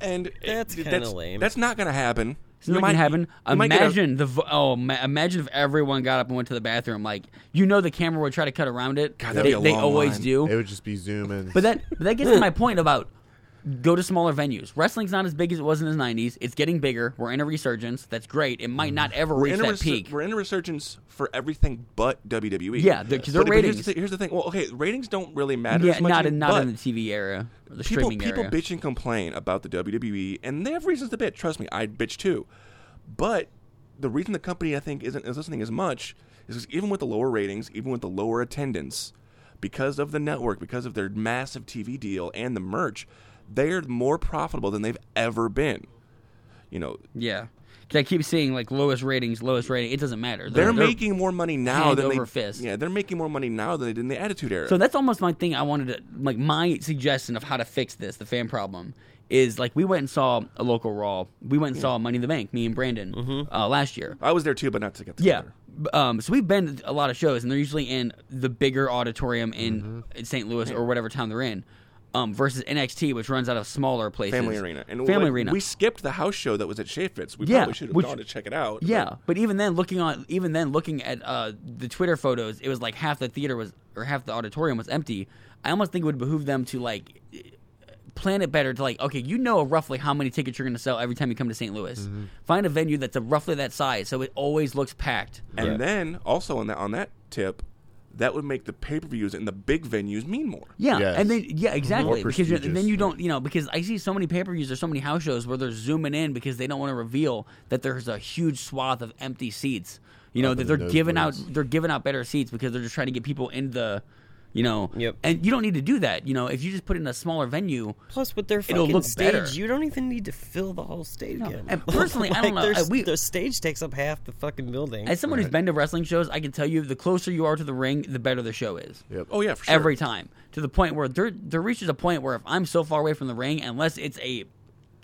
And
That's
it-
kinda lame.
That's not going to happen.
It's not gonna happen.
you might get a-
Imagine the vo- oh, ma- imagine if everyone got up and went to the bathroom. Like you know, the camera would try to cut around it.
God, that'd
they
be a
they
long
always
line.
do.
It would just be zooming.
But that but that gets to my point about go to smaller venues. Wrestling's not as big as it was in the '90s. It's getting bigger. We're in a resurgence. That's great. It might not ever
Mm. we're
reach
in, a
that
resurg-
peak.
we're in a resurgence for everything but WWE.
Yeah, the- 'cause their
But- but Here's
ratings-
the, thi- here's the thing. Well, okay, ratings don't really matter.
Yeah,
as much
not in not
but
in the TV era, or the
people
streaming
people
era.
bitch and complain about the WWE, and they have reasons to bitch. Trust me, I'd bitch too. But the reason the company I think isn't is listening as much is 'cause even with the lower ratings, even with the lower attendance, because of the network, because of their massive TV deal and the merch, they're more profitable than they've ever been. You know,
yeah, 'Cause I keep seeing like lowest ratings, lowest rating. It doesn't matter.
they're, making more money now
hand
than they
over fist.
yeah they're making more money now than they did in the Attitude Era.
So that's almost my thing. I wanted to like my suggestion of how to fix this, the fan problem, is like we went and saw a local Raw. We went and saw Money in the Bank. Me and Brandon
Mm-hmm.
uh, last year.
I was there too, but not to get
Yeah.
together.
B- Um, so we've been to a lot of shows, and they're usually in the bigger auditorium in
Mm-hmm.
in St. Louis or whatever town they're in, um, versus NXT, which runs out of smaller places.
Family Arena and
Family
like,
Arena.
We skipped the house show that was at Shafitz. We
Yeah,
probably should have
which-
gone to check it out.
yeah, but even then, looking on, even then, looking at uh, the Twitter photos, it was like half the theater was or half the auditorium was empty. I almost think it would behoove them to like plan it better to like okay you know roughly how many tickets you're going to sell every time you come to st louis find a venue that's a roughly that size so it always looks packed
And then also on that on that tip, that would make the pay per views and the big venues mean more.
Yeah,
Yes.
and then yeah, exactly. Because you-
prestigious,
then you
yeah.
don't, you know, because I see so many pay per views or so many house shows where they're zooming in because they don't want to reveal that there's a huge swath of empty seats. You know
Up
that
in
they're
the
giving out,
nosebleeds.
they're giving out better seats because they're just trying to get people in the, you know,
Yep.
and you don't need to do that. You know, if you just put in a smaller venue.
Plus, with their
It'll
fucking
look
stage,
better.
you don't even need to fill the whole stage. again.
and personally, I don't know.
their-
Uh, we-
their stage takes up half the fucking building.
As someone who's been to wrestling shows, I can tell you the closer you are to the ring, the better the show is.
Yep.
Oh yeah, for sure.
every time to the point where there there reaches a point where if I'm so far away from the ring, unless it's a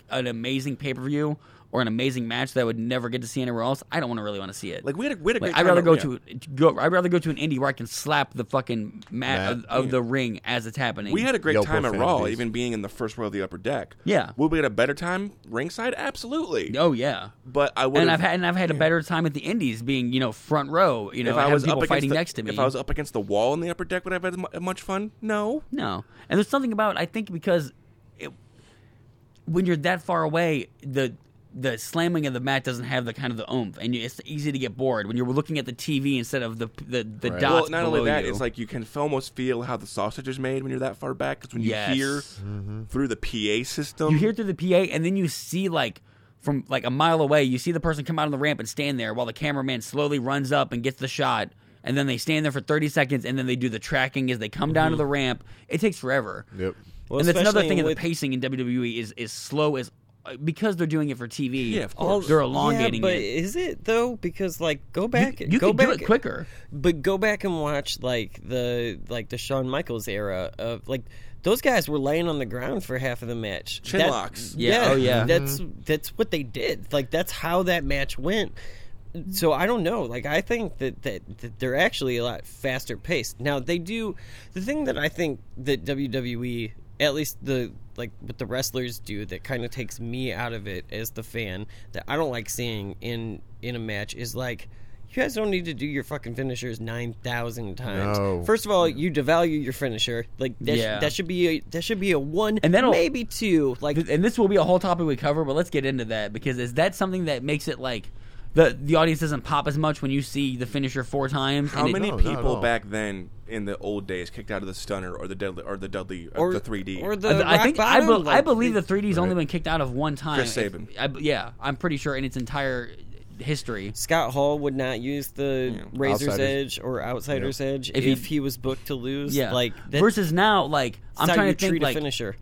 an amazing pay per view or an amazing match that I would never get to see anywhere else, I don't want to really want to see it.
like we had a, we had a
Like,
great
I'd
time
rather
at-
go
yeah.
to go. I'd rather go to an indie where I can slap the fucking mat of,
Mat,
of the ring as it's happening.
We had a great
Yo,
time at
both
Raw,
entities.
even being in the first row of the upper deck.
Yeah.
Would we get a better time ringside? Absolutely.
oh yeah.
But I would.
And I've had and I've had a better time at the indies being you know front row. You know,
if
and
I
have
was
people
up against
fighting
the,
next to me.
If I was up against the wall in the upper deck, would I have had mu- uh, much fun? No.
No, and there's something about I think because it, when you're that far away, the the slamming of the mat doesn't have the kind of the oomph, and you, it's easy to get bored when you're looking at the TV instead of the the, the
Right.
dots.
well, not only
below
that,
you.
it's like you can f- almost feel how the sausage is made when you're that far back. Because when
Yes.
you hear through the PA system,
you hear through the PA, and then you see like from like a mile away, you see the person come out on the ramp and stand there while the cameraman slowly runs up and gets the shot. And then they stand there for 30 seconds, and then they do the tracking as they come down to the ramp. It takes forever.
Yep.
Well,
and that's another
especially
thing. With, the
with-
pacing in WWE is is slow as uh, because they're doing it for TV.
Yeah, of
All-
course.
they're elongating
yeah, but
it.
is it though? Because like, go back.
You
go
could
back,
do it quicker.
But go back and watch like the like the Shawn Michaels era of like those guys were laying on the ground for half of the match.
Chin
That-
locks.
Yeah, oh, yeah.
That's that's what they did. Like that's how that match went. So I don't know. Like I think that, that that they're actually a lot faster paced. Now they do the thing that I think that WWE E, at least the like what the wrestlers do that kind of takes me out of it as the fan that I don't like seeing in in a match is like you guys don't need to do your fucking finishers 9,000 times.
No.
First of all, you devalue your finisher. Like that, sh-
Yeah.
that should be a that should be a one
And
and
that'll-
maybe two. Like
Th- and this will be a whole topic we cover, but let's get into that because is that something that makes it like the the audience doesn't pop as much when you see the finisher four times?
How
and it-
many
No, not at
people
all.
back then in the old days kicked out of the stunner or the Dudley or the Dudley or, the 3D?
or the
I, th- I
rock
think I,
bottom,
be- I
like,
believe
the-
the 3D's only been kicked out of one time.
Chris Sabin.
I, I- yeah, I'm pretty sure in its entire history.
Scott Hall would not use the Razor's
Outsiders.
Edge or Outsider's Edge if,
If he-
he was booked to lose.
Yeah,
like that,
versus now, like I'm
that's how
trying
you
to think
treat
like
a finisher.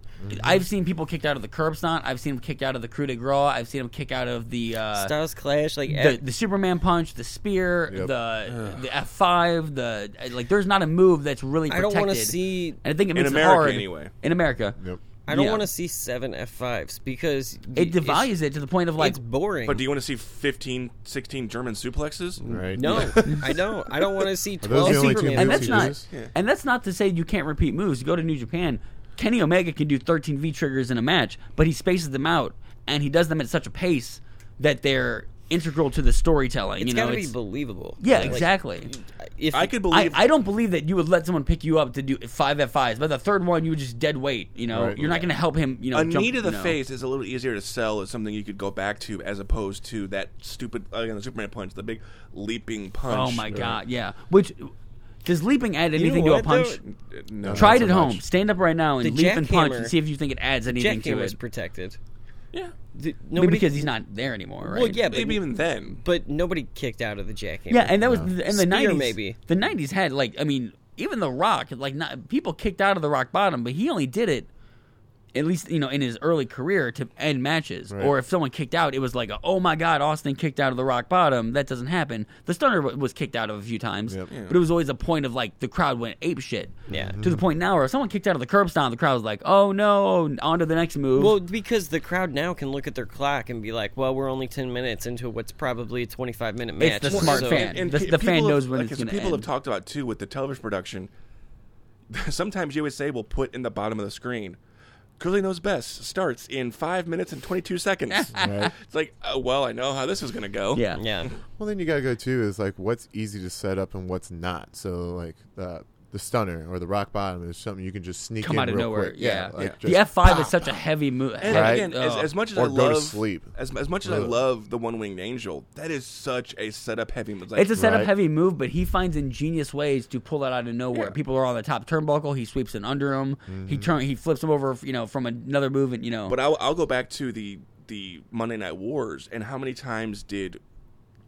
I've seen people kicked out of the curb stunt. I've seen them kicked out of the coup de grace. I've seen them kick out of the uh,
Styles Clash, like
the,
eh,
the Superman punch, the spear,
Yep.
the the F five, the like. There's not a move that's really.
I
Protected.
don't want to see.
And I think it
In
makes
America,
it hard
anyway.
In America,
Yep.
I don't
yeah.
want to see seven F fives because y-
it devalues it to the point of
It's,
like
it's boring.
but do you want to see 15, 16 German suplexes?
Right.
no, I don't. I don't want to see
those
twelve
the only two
Superman.
and that's
moves he
not
does?
Yeah.
and that's not to say you can't repeat moves. You go to New Japan, Kenny Omega can do 13 V triggers in a match, but he spaces them out and he does them at such a pace that they're integral to the storytelling.
It's
you know,
got to be
It's-
believable.
yeah,
Like,
exactly.
If
I could
I,
believe
I don't believe that you would let someone pick you up to do five F fives, but the third one you would just dead weight. You know,
Right.
you're not going to help him. You know,
a
jump,
knee to
you
the
know.
face is a little easier to sell as something you could go back to as opposed to that stupid again the Superman punch, the big leaping punch.
Oh my god, yeah. Which does leaping add
you know
anything to a
what, though?
punch?
No,
Try it
not
at
so
home.
much.
Stand up right now and
The
leap and punch
jackhammer-
and see if you think it adds anything to
Jackhammer is
it.
protected.
yeah.
The-
Maybe
Nobody,
because he's not there anymore, right?
well, yeah, but,
Maybe even then.
but nobody kicked out of the jackhammer.
Yeah, and that was in the
Spear,
nineties.
maybe.
the nineties had like I mean, even the Rock like not people kicked out of the Rock Bottom, but he only did it at least you know in his early career to end matches.
Right.
Or if someone kicked out, it was like a, oh my god, Austin kicked out of the Rock Bottom. That doesn't happen. The Stunner w- was kicked out of a few times,
Yep. Yeah.
but it was always a point of like the crowd went ape shit.
Yeah.
to the point now where if someone kicked out of the curb stomp, the crowd was like, oh no, on to the next move.
Well, because the crowd now can look at their clock and be like, "Well, we're only ten minutes into what's probably a twenty-five minute match."
It's the smart
so-
fan. The-
pe-
the fan
people have-
knows when
like,
it's
so
gonna
People
end.
have talked about too with the television production. Sometimes USA will put in the bottom of the screen. Curly knows best starts in five minutes and twenty two seconds.
Right.
It's like, oh, well, I know how this is gonna go.
yeah,
Yeah,
Well, then you gotta go too. Is like what's easy to set up and what's not. So like uh, the stunner or the rock bottom is something you can just sneak
come
in
out of
real
nowhere.
quick.
Yeah,
like
the
just
F five is
pop.
such a heavy move.
And
Right.
again, as,
Oh.
as much as
Or
I
go to
love
sleep.
as, as much as I
Ugh.
love the one winged angel, that is such a setup heavy. It's, like,
It's a setup
Right.
heavy move, but he finds ingenious ways to pull that out of nowhere. People are on the top turnbuckle. He sweeps it under him. He turn. He flips him over. You know, from another move, and you know.
But I'll, I'll go back to the the Monday Night Wars and how many times did,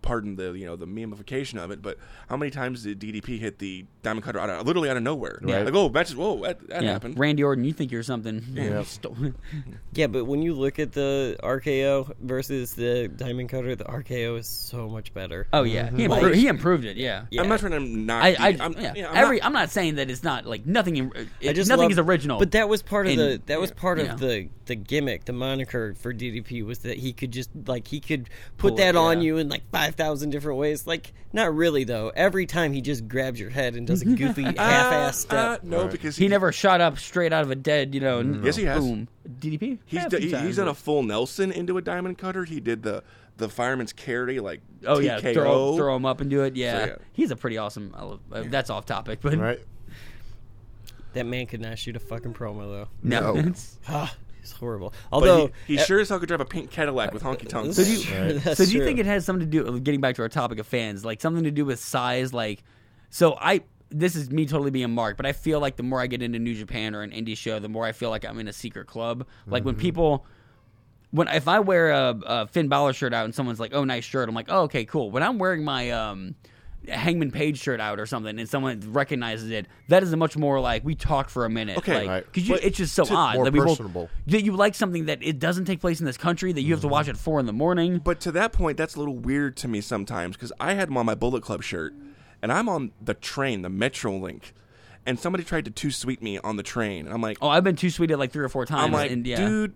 pardon the you know the memification of it, but how many times did DDP hit the Diamond Cutter out of, literally out of nowhere?
Yeah.
Like oh, matches. Whoa, that, that
yeah.
happened.
Randy Orton, you think you're something?
Yeah.
Sto-
yeah, but when you look at the RKO versus the Diamond Cutter, the RKO is so much better.
oh yeah, he, impro- he improved it. Yeah.
Yeah.
I'm not trying to knock.
I,
the-
I,
I'm,
yeah.
yeah, I'm
Every,
not-
I'm not saying that it's not like nothing. in- It,
I just
nothing
love-
is original.
But that was part of
And-
the that was part
yeah.
of the the gimmick, the moniker for DDP was that he could just like he could put
Pull it,
that on
yeah.
you in like five thousand different ways. Like not really though. Every time he just grabs your head and does a goofy
Uh,
Ah,
half-ass
ah,
step.
no, because
he never shot up straight out of a dead. You know.
Yes, he has.
Boom. DDP.
He's
Yeah, a
d-
few
he- he's
times.
done a full Nelson into a Diamond Cutter. He did the the fireman's carry like
Oh
TKO.
yeah, throw, throw him up and do it. Yeah,
yeah.
he's a pretty awesome. I love, uh, That's off topic, but
right.
That man could not shoot a fucking promo though.
no,
No.
it's-
Ah, it's horrible.
But
Although eh,
he, he sure as hell could drive a pink Cadillac with honky tonks.
eh, So do you,
Right.
so do you think it has something to do? Getting back to our topic of fans, like something to do with size. Like, so I this is me totally being marked, but I feel like the more I get into New Japan or an indie show, the more I feel like I'm in a secret club. Like when people. When if I wear a, a Finn Balor shirt out and someone's like, "Oh, nice shirt," I'm like, "Oh, okay, cool." When I'm wearing my um, Hangman Page shirt out or something, and someone recognizes it, that is a much more like we talk for a minute,
Okay.
like,
Right.
'cause you,
But
it's just so
to-
odd
more
that we both-
personable.
that you like something that it doesn't take place in this country that you have to watch at four in the morning.
But to that point, that's a little weird to me sometimes because I had him on my Bullet Club shirt, and I'm on the train, the Metrolink, and somebody tried to two sweet me on the train, and I'm like,
Oh, I've been too sweet at like three or four times.
I'm like,
and yeah,
dude,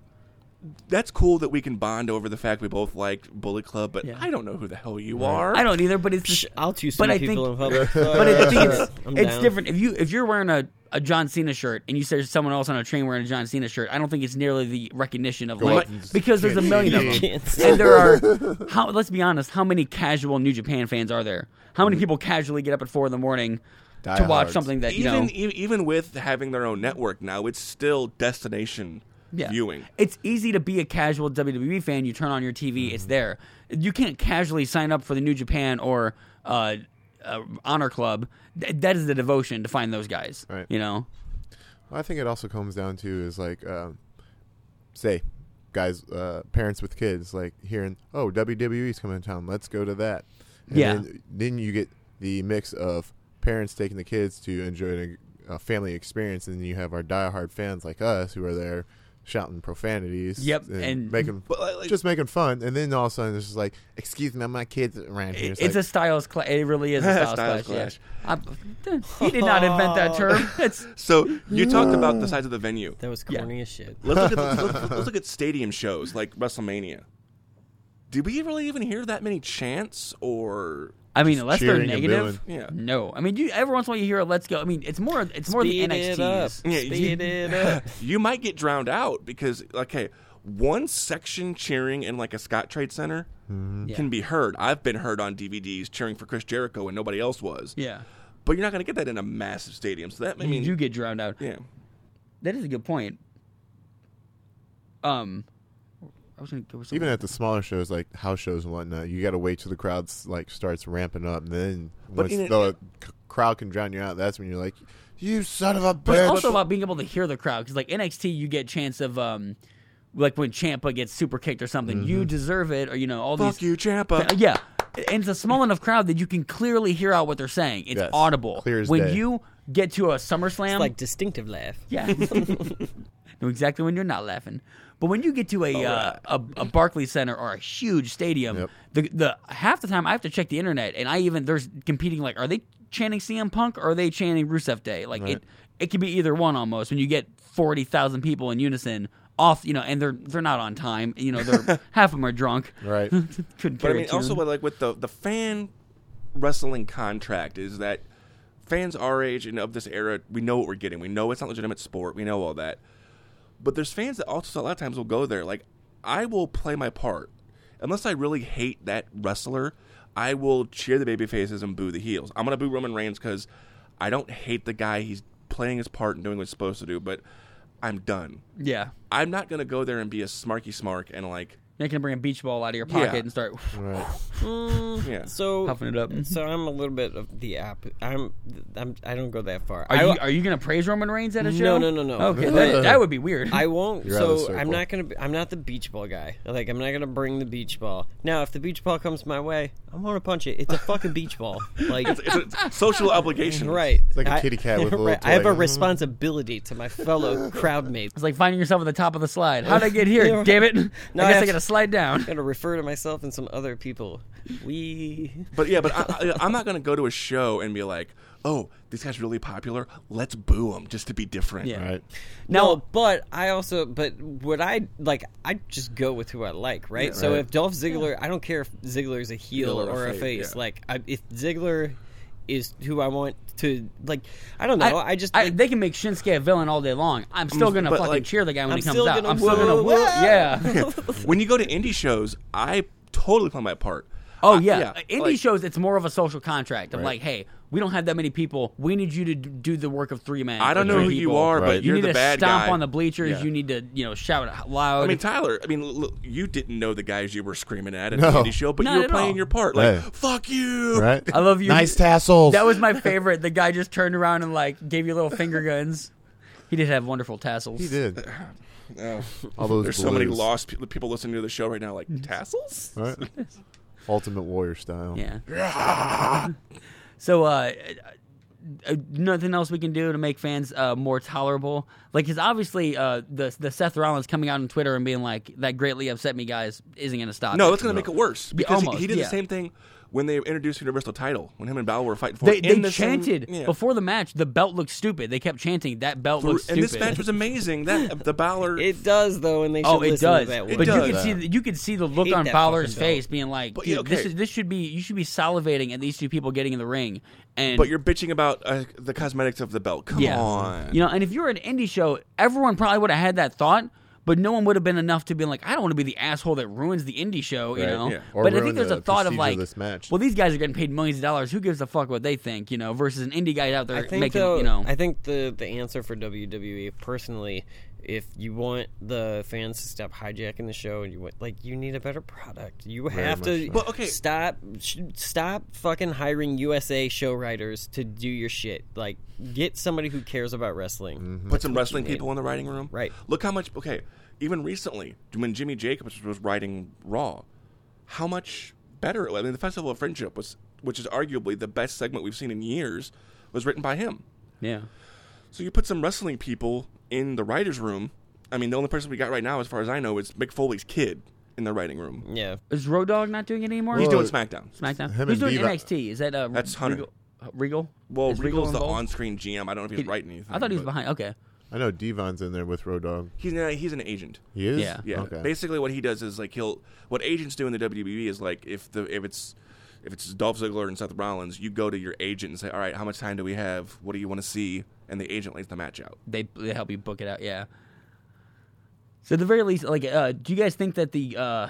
that's cool that we can bond over the fact we both liked Bullet Club, but
Yeah.
I don't know who the hell you are.
I don't either, but it's
Psh,
just,
I'll choose
But
some
I
people
think-
in public.
but I think it's,
I'm
it's
down.
different. If you if you're wearing a, a John Cena shirt and you see someone else on a train wearing a John Cena shirt, I don't think it's nearly the recognition of
Well,
like
I-
because there's a
can't
million
see
of them,
it.
Can't see
and there are how let's be honest, how many casual New Japan fans are there? How many people casually get up at four in the morning to watch
Diehards.
something that you
even
know?
e- even with having their own network now, it's still destination
Yeah.
viewing.
It's easy to be a casual WWE fan. You turn on your TV, it's there. You can't casually sign up for the New Japan or uh, uh, Honor Club. Th- that is the devotion to find those guys.
Right.
You know,
I think it also comes down to is like, um, say, guys, uh, parents with kids, like hearing, oh, WWE's coming to town, let's go to that. And
Yeah.
Then, then you get the mix of parents taking the kids to enjoy a, a family experience, and then you have our diehard fans like us who are there shouting profanities.
Yep,
And,
and-
making
But, like-
just making fun, and then all of a sudden it's just like, excuse me, my kids around here.
it's a Styles clash. It really is a Styles,
Styles
clash. yeah. I- he did not invent that term. It's
So you talked about the size of the venue.
That was
Yeah.
corny as shit.
Let's look, at, let's, let's- let's look at stadium shows like WrestleMania. Did we really even hear that many chants or
I mean, unless they're
cheering and
negative.
booing. Yeah.
No, I mean, you, every once in a while you hear a "Let's go." I mean, it's more. It's more
Speed
the
it up.
NXTs.
Yeah,
Speed
you-
it up.
you might get drowned out because okay, one section cheering in like a Scott Trade Center
Mm-hmm.
can be heard. I've been heard on DVDs cheering for Chris Jericho and nobody else was.
Yeah,
But you're not going to get that in a massive stadium. So that I
you
mean
do get drowned out.
yeah.
That is a good point. Um, I was gonna go with something.
even at the smaller shows like house shows and whatnot you got to wait till the crowd s- like starts ramping up and then once
in a-
the c- crowd can drown you out that's when you're like you son of a bitch
But it's also about being able to hear the crowd because, like NXT, you get chance of um, like when Champa gets super kicked or something,
Mm-hmm.
you deserve it, or you know all
Fuck
these.
you, Champa.
Uh, yeah, and it's a small enough crowd that you can clearly hear out what they're saying. It's
Yes.
audible.
Clear as
when
day.
you get to a SummerSlam,
It's like distinctive laugh.
yeah, know exactly when you're not laughing. But when you get to a uh, a, a Barclays Center or a huge stadium,
Yep.
the the half the time I have to check the internet, and I even there's competing like, are they chanting CM Punk or are they chanting Rusev Day? Like it it can be either one almost. When you get forty thousand people in unison off, you know, and they're they're not on time. You know, they're half of them are drunk.
Right.
Couldn't
But I
carry
mean,
a tune.
also, with, like with the the fan wrestling contract is that fans our age and of this era, we know what we're getting. We know it's not legitimate sport. We know all that. But there's fans that also a lot of times will go there. Like, I will play my part unless I really hate that wrestler. I will cheer the baby faces and boo the heels. I'm gonna boo Roman Reigns because I don't hate the guy. He's playing his part and doing what he's supposed to do. But I'm done.
yeah,
I'm not gonna go there and be a smarky smark and like,
you're not gonna bring a beach ball out of your pocket
Yeah.
and start
right.
yeah.
So
puffing it up.
So I'm a little bit of the app. I'm, I'm I don't go that far.
Are
I,
you, are you gonna praise Roman Reigns at a
No,
show?
no, no, no.
Okay, that, that would be weird.
I won't.
You're out of the
so I'm
circle.
not gonna. Be, I'm not the beach ball guy. Like I'm not gonna bring the beach ball. Now, if the beach ball comes my way, I'm gonna punch it. It's a fucking beach ball. Like
It's a- it's a social obligation.
right. It's
like a kitty cat with a little
I have
toy.
a responsibility to my fellow crowd mates.
It's like finding yourself at the top of the slide. How'd I get here? Damn it! I
Now I
guess I,
have-
gotta slide down.
I'm gonna refer to myself and some other people. We.
But yeah, but I, I, I'm not gonna go to a show and be like, "Oh, this guy's really popular. Let's boo him just to be different."
Yeah.
right
Now,
no, but I also, but what I like, I just go with who I like, right? so
right.
if Dolph Ziggler, I don't care if Ziggler's a heel or, a face.
yeah.
Like, I, if Ziggler is who I want to, like, I don't
I,
know. I, just,
I, they can make Shinsuke a villain all day long. I'm still gonna
but,
fucking
like,
cheer the guy when
I'm
he comes
still
out.
gonna
I'm still
woo,
gonna
woo.
yeah.
When you go to indie shows, I totally play my part.
Oh
I-
yeah, Uh, indie
like,
shows it's more of a social contract. I'm like, hey, we don't have that many people. We need you to d- do the work of three men.
I don't
or
know
three
who you
people.
are,
Right.
but
You
you're
need
the
to
bad
stomp
guy.
on the bleachers.
Yeah.
You need to you know shout out loud.
I mean, Tyler. I mean, look, you didn't know the guys you were screaming at at
No.
the indie show, but
Not
you were
at all.
playing your part. Like,
Hey.
"Fuck you."
right
I love you.
nice tassels
That was my favorite. The guy just turned around and like gave you little finger guns. He did have wonderful tassels.
he did
Oh.
all those
There's so many
blues.
lost pe- people listening to the show right now. Like tassels.
right? ultimate warrior style
Yeah. so, uh, uh, nothing else we can do to make fans uh, more tolerable. Like, because obviously, uh, the the Seth Rollins coming out on Twitter and being like, "That greatly upset me, guys," isn't going to stop.
No,
it.
that's gonna make it worse because he,
almost,
he did
yeah.
the same thing when they introduced Universal title, when him and Balor were fighting for
They,
it. in
they
the same-
chanted
yeah.
before the match. The belt looks stupid. They kept chanting that belt
For-
looks stupid.
And this match was amazing. That the Balor.
It does though, and they should
Oh, it
listen to
does.
that
But
one.
does.
you could see the, you could see the look
Hate
on
that
Balor's
fucking belt.
face, being like,
But,
"Dude,
yeah,
this
okay.
is this should be you should be salivating at these two people getting in the ring." And
but you're bitching about uh, the cosmetics of the belt. Come
yeah,
on.
you know, and if you're an indie show, everyone probably would have had that thought. But no one would have been enough to be like, I don't want to be the asshole that ruins the indie show, you
Right,
know.
yeah.
Or
But I
ruin
think there's
the
a thought of
prestige of
like,
this match.
well, these guys are getting paid millions of dollars. Who gives a fuck what they think, you know? Versus an indie guy out there
I think
making,
though,
you know.
I think the the answer for WWE personally, if you want the fans to stop hijacking the show and you want like you need a better product, you have
much
to
so.
But, okay.
stop sh- stop fucking hiring USA show writers to do your shit. Like get somebody who cares about wrestling.
Put some wrestling people in the writing room.
Right.
Look how much. Okay. Even recently, when Jimmy Jacobs was writing Raw, how much better it was. I mean, the Festival of Friendship was, which is arguably the best segment we've seen in years, was written by him.
yeah.
So you put some wrestling people in the writers' room. I mean, the only person we got right now, as far as I know, is Mick Foley's kid in the writing room.
Yeah,
Is Road Dogg not doing it anymore?
He's
Well,
doing SmackDown.
SmackDown.
him
Who's
and
doing
Diva-
NXT? Is that uh,
That's Hunter.
Regal? Regal?
Well,
Is
Regal's the
involved?
on-screen GM. I don't know if he's writing anything.
I thought he was
but
behind. Okay.
I know Devon's in there with Road Dog.
He's an, he's an agent.
He is.
Yeah.
Yeah.
Okay.
Basically, what he does is like he'll what agents do in the WWE is like if the if it's if it's Dolph Ziggler and Seth Rollins, you go to your agent and say, "All right, how much time do we have? What do you want to see?" And the agent lays the match out.
They, they help you book it out. Yeah. So at the very least, like, uh, do you guys think that the uh,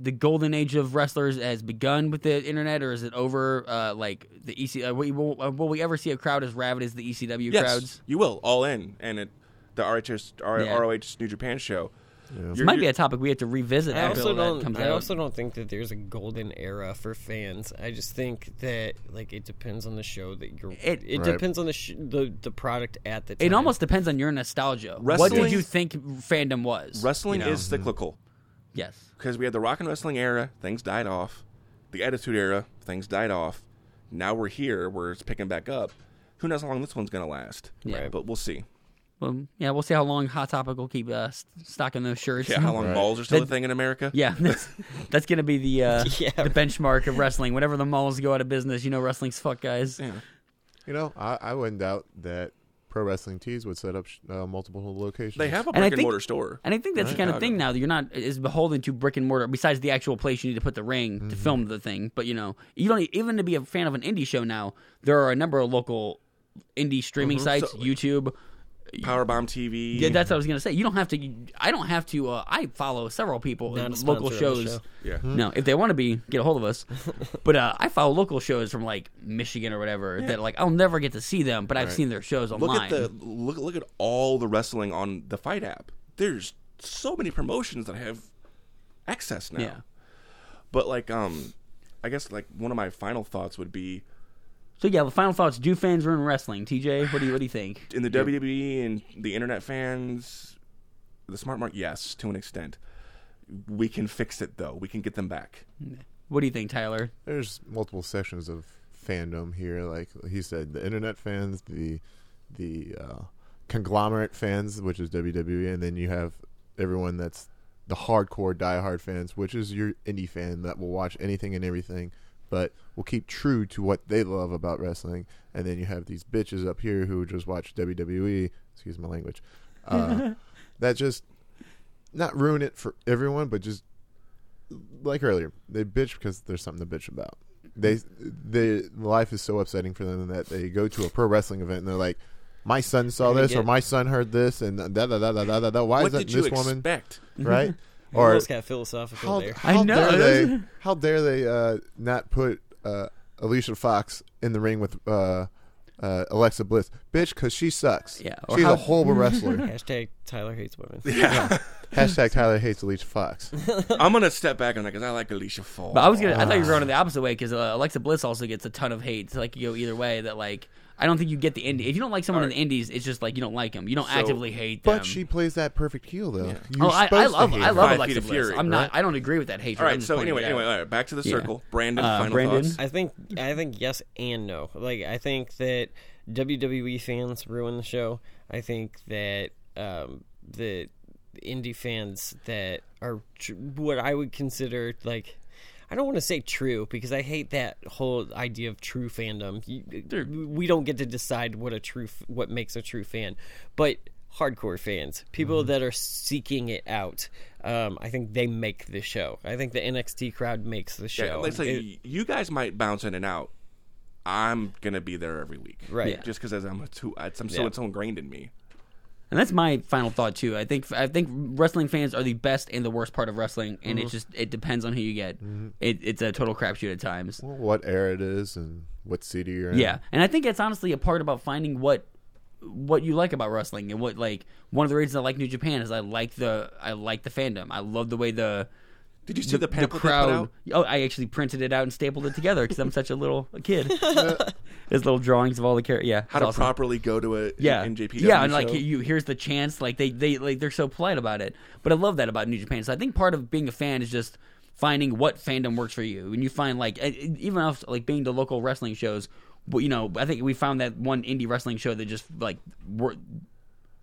the golden age of wrestlers has begun with the internet, or is it over? Uh, like the EC, uh, will, will, uh, will we ever see a crowd as rabid as the ECW
Yes,
crowds?
you will all in and it the RHS, R-
Yeah.
ROH New Japan show.
This might be a topic we have to revisit
I
after
also
all that
don't.
comes
I
out.
also don't think that there's a golden era for fans. I just think that like it depends on the show that you're.
It-
It,
Right.
depends on the sh- the the product at the time.
it almost depends on your nostalgia. what
Wrestling-
did you think fandom was?
wrestling
you know? mm-hmm.
is cyclical.
yes.
because we had the rock and wrestling era, things died off. The attitude era, things died off. Now we're here, where it's picking back up. Who knows how long this one's gonna last?
Yeah. Right.
but we'll see.
Well, yeah, we'll see how long Hot Topic will keep uh, st- stocking those shirts.
Yeah, how long balls are still
That-
a thing in America?
Yeah, that's, that's gonna be the uh,
Yeah.
the benchmark of wrestling. Whenever the malls go out of business, you know wrestling's fuck guys.
Yeah.
You know, I, I wouldn't doubt that pro wrestling tees would set up sh- uh, multiple locations.
They have a
I
brick and,
think-
mortar store.
And I think that's the kind of thing now that you're not is beholden to brick and mortar. Besides the actual place you need to put the ring
Mm-hmm.
to film the thing, but you know, you don't e, even to be a fan of an indie show now. There are a number of local indie streaming
Mm-hmm.
sites,
So-
YouTube.
Powerbomb TV.
Yeah, that's what I was gonna say. You don't have to. I don't have to. Uh, I follow several people
Not
in
a sponsor
local
of the
shows.
show.
Yeah.
No, if they want to be, get a hold of us. but uh, I follow local shows from like Michigan or whatever that like I'll never get to see them, but I've seen their shows
look
online.
at the look. Look at all the wrestling on the Fight app. There's so many promotions that have access now.
yeah.
But like, um, I guess like one of my final thoughts would be
So yeah, the final thoughts: Do fans ruin wrestling? TJ, what do you what do you think?
in the WWE and the internet fans, the smart mark, yes, to an extent. We can fix it though. We can get them back.
What do you think, Tyler?
There's multiple sections of fandom here. Like he said, the internet fans, the the uh, conglomerate fans, which is WWE, and then you have everyone that's the hardcore diehard fans, which is your indie fan that will watch anything and everything, but will keep true to what they love about wrestling. And then you have these bitches up here who just watch WWE. Excuse my language. Uh, that just not ruin it for everyone, but just like earlier, they bitch because there's something to bitch about. They, they, life is so upsetting for them that they go to a pro wrestling event and they're like, "My son saw
They
this," or
get-
"My son heard this," and da da da da da da. da. Why
what
is that
did you
this woman
expect?
right?
Or,
Or
got philosophical
how,
there.
how
I know,
dare they?
isn't
How dare they uh, not put uh, Alicia Fox in the ring with uh, uh, Alexa Bliss, bitch? Because she sucks.
Yeah, or
she's
how-
a horrible wrestler.
Hashtag Tyler hates women.
Hashtag Tyler hates Alicia Fox.
I'm gonna step back on that because I like Alicia Fall.
But I was gonna. I thought you were going to the opposite way because uh, Alexa Bliss also gets a ton of hate. So like you go either way. That like I don't think you get the indie. If you don't like someone in the indies, it's just like you don't like them. You don't actively hate them.
But she plays that perfect heel though. You're
Oh, I, I
supposed to
love
hate
I
her.
love
Five feet
Alexa
of
Bliss.
fury,
I'm not. I don't agree with that hatred.
all
I'm
right.
just
So
pointing
anyway,
it out.
anyway, all right, back to the
Yeah.
circle. Brandon,
Uh,
final
Brandon?
thoughts.
I think I think yes and no. Like I think that WWE fans ruin the show. I think that um, the indie fans that are tr- what I would consider like. I I don't want to say true because I hate that whole idea of true fandom. You, we don't get to decide what a true f- what makes a true fan, but hardcore fans, people
Mm-hmm.
that are seeking it out. Um, I think they make the show. I think the NXT crowd makes the show.
Yeah, like I say,
It-
y- you guys might bounce in and out. I'm gonna be there every week,
Right. Yeah.
Just because I'm a too, it's, I'm so
Yeah.
it's so ingrained in me.
And that's my final thought too. I think I think wrestling fans are the best and the worst part of wrestling, and
Mm-hmm.
it just it depends on who you get. It, it's a total crapshoot at times.
Well, what era it is and what city you're in.
Yeah, and I think that's honestly a part about finding what what you like about wrestling and what like one of the reasons I like New Japan is I like the I like the fandom. I love the way the
Did you see the, pamphlet they put out?
Oh, I actually printed it out and stapled it together because I'm such a little kid. There's little drawings of all the characters. Yeah,
How
it's
to
awesome.
properly go to a
yeah
NJPW
yeah and like
show?
you here's the chance like they they like they're so polite about it but i love that about new japan so i think part of being a fan is just finding what fandom works for you and you find like e- e- even off like being to local wrestling shows but you know i think we found that one indie wrestling show that just like wor-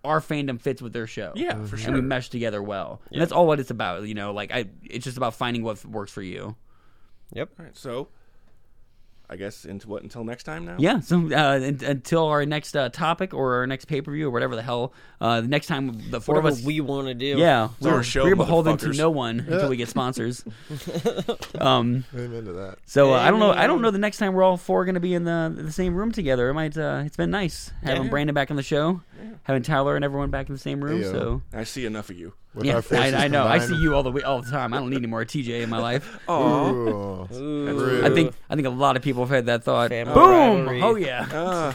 our fandom fits with their show
Yeah, for
and we
sure.
mesh together well and that's all what it's about you know like i it's just about finding what f- works for you
Yep.
All right, so I guess into what until next time now.
Yeah. So uh, un- until our next uh, topic or our next pay per view or whatever the hell, uh, the next time the four
Whatever
of us
we want to do.
Yeah,
our
we're,
show,
we're beholden to
motherfuckers.
no one until we get sponsors. um,
I'm into that.
so uh, I don't know. I don't know. The next time we're all four going to be in the the same room together. It might. Uh, it's been nice having
Yeah.
Brandon back on the show, having Tyler and everyone back in the same room.
Hey, yo.
So
I see enough of you.
With
yeah,
our forces
I, I know. I
combined-
see you all the way, all the time. I don't need any more TJ in my life.
Oh,
Ooh.
Ooh.
I think I think a lot of people have had that thought.
Family
Boom!
rivalry.
Oh yeah.
Ah,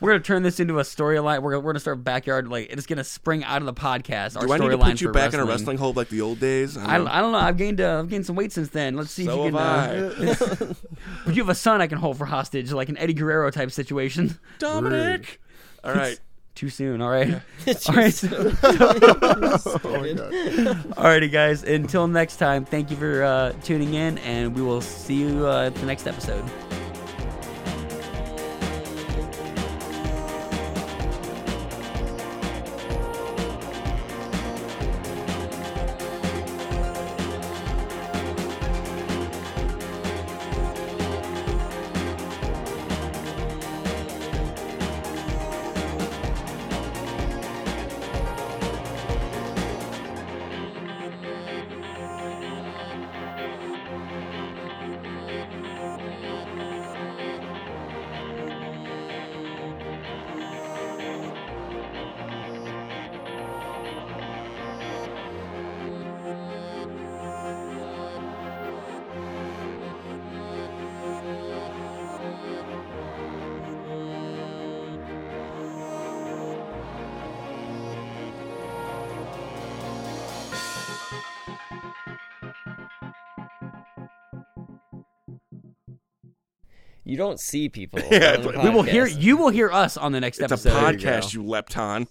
We're gonna turn this into a storyline. We're gonna, we're gonna start backyard like it's gonna spring out of the podcast. Our
do I need to
storyline
put you
for
back in a wrestling hole like the old days?
I, I don't know. I've gained uh, I've gained some weight since then. Let's see
so
if you can. Uh,
have I.
but you have a son I can hold for hostage, like an Eddie Guerrero type situation.
Dominic. All right.
Too soon. All right. all right. all righty, guys. Until next time. Thank you for uh, tuning in, and we will see you uh, at the next episode.
You don't see people. on
Yeah, but
the
We will hear
podcast.
you will hear us on the next
It's a
episode.
you go.
podcast, you lepton.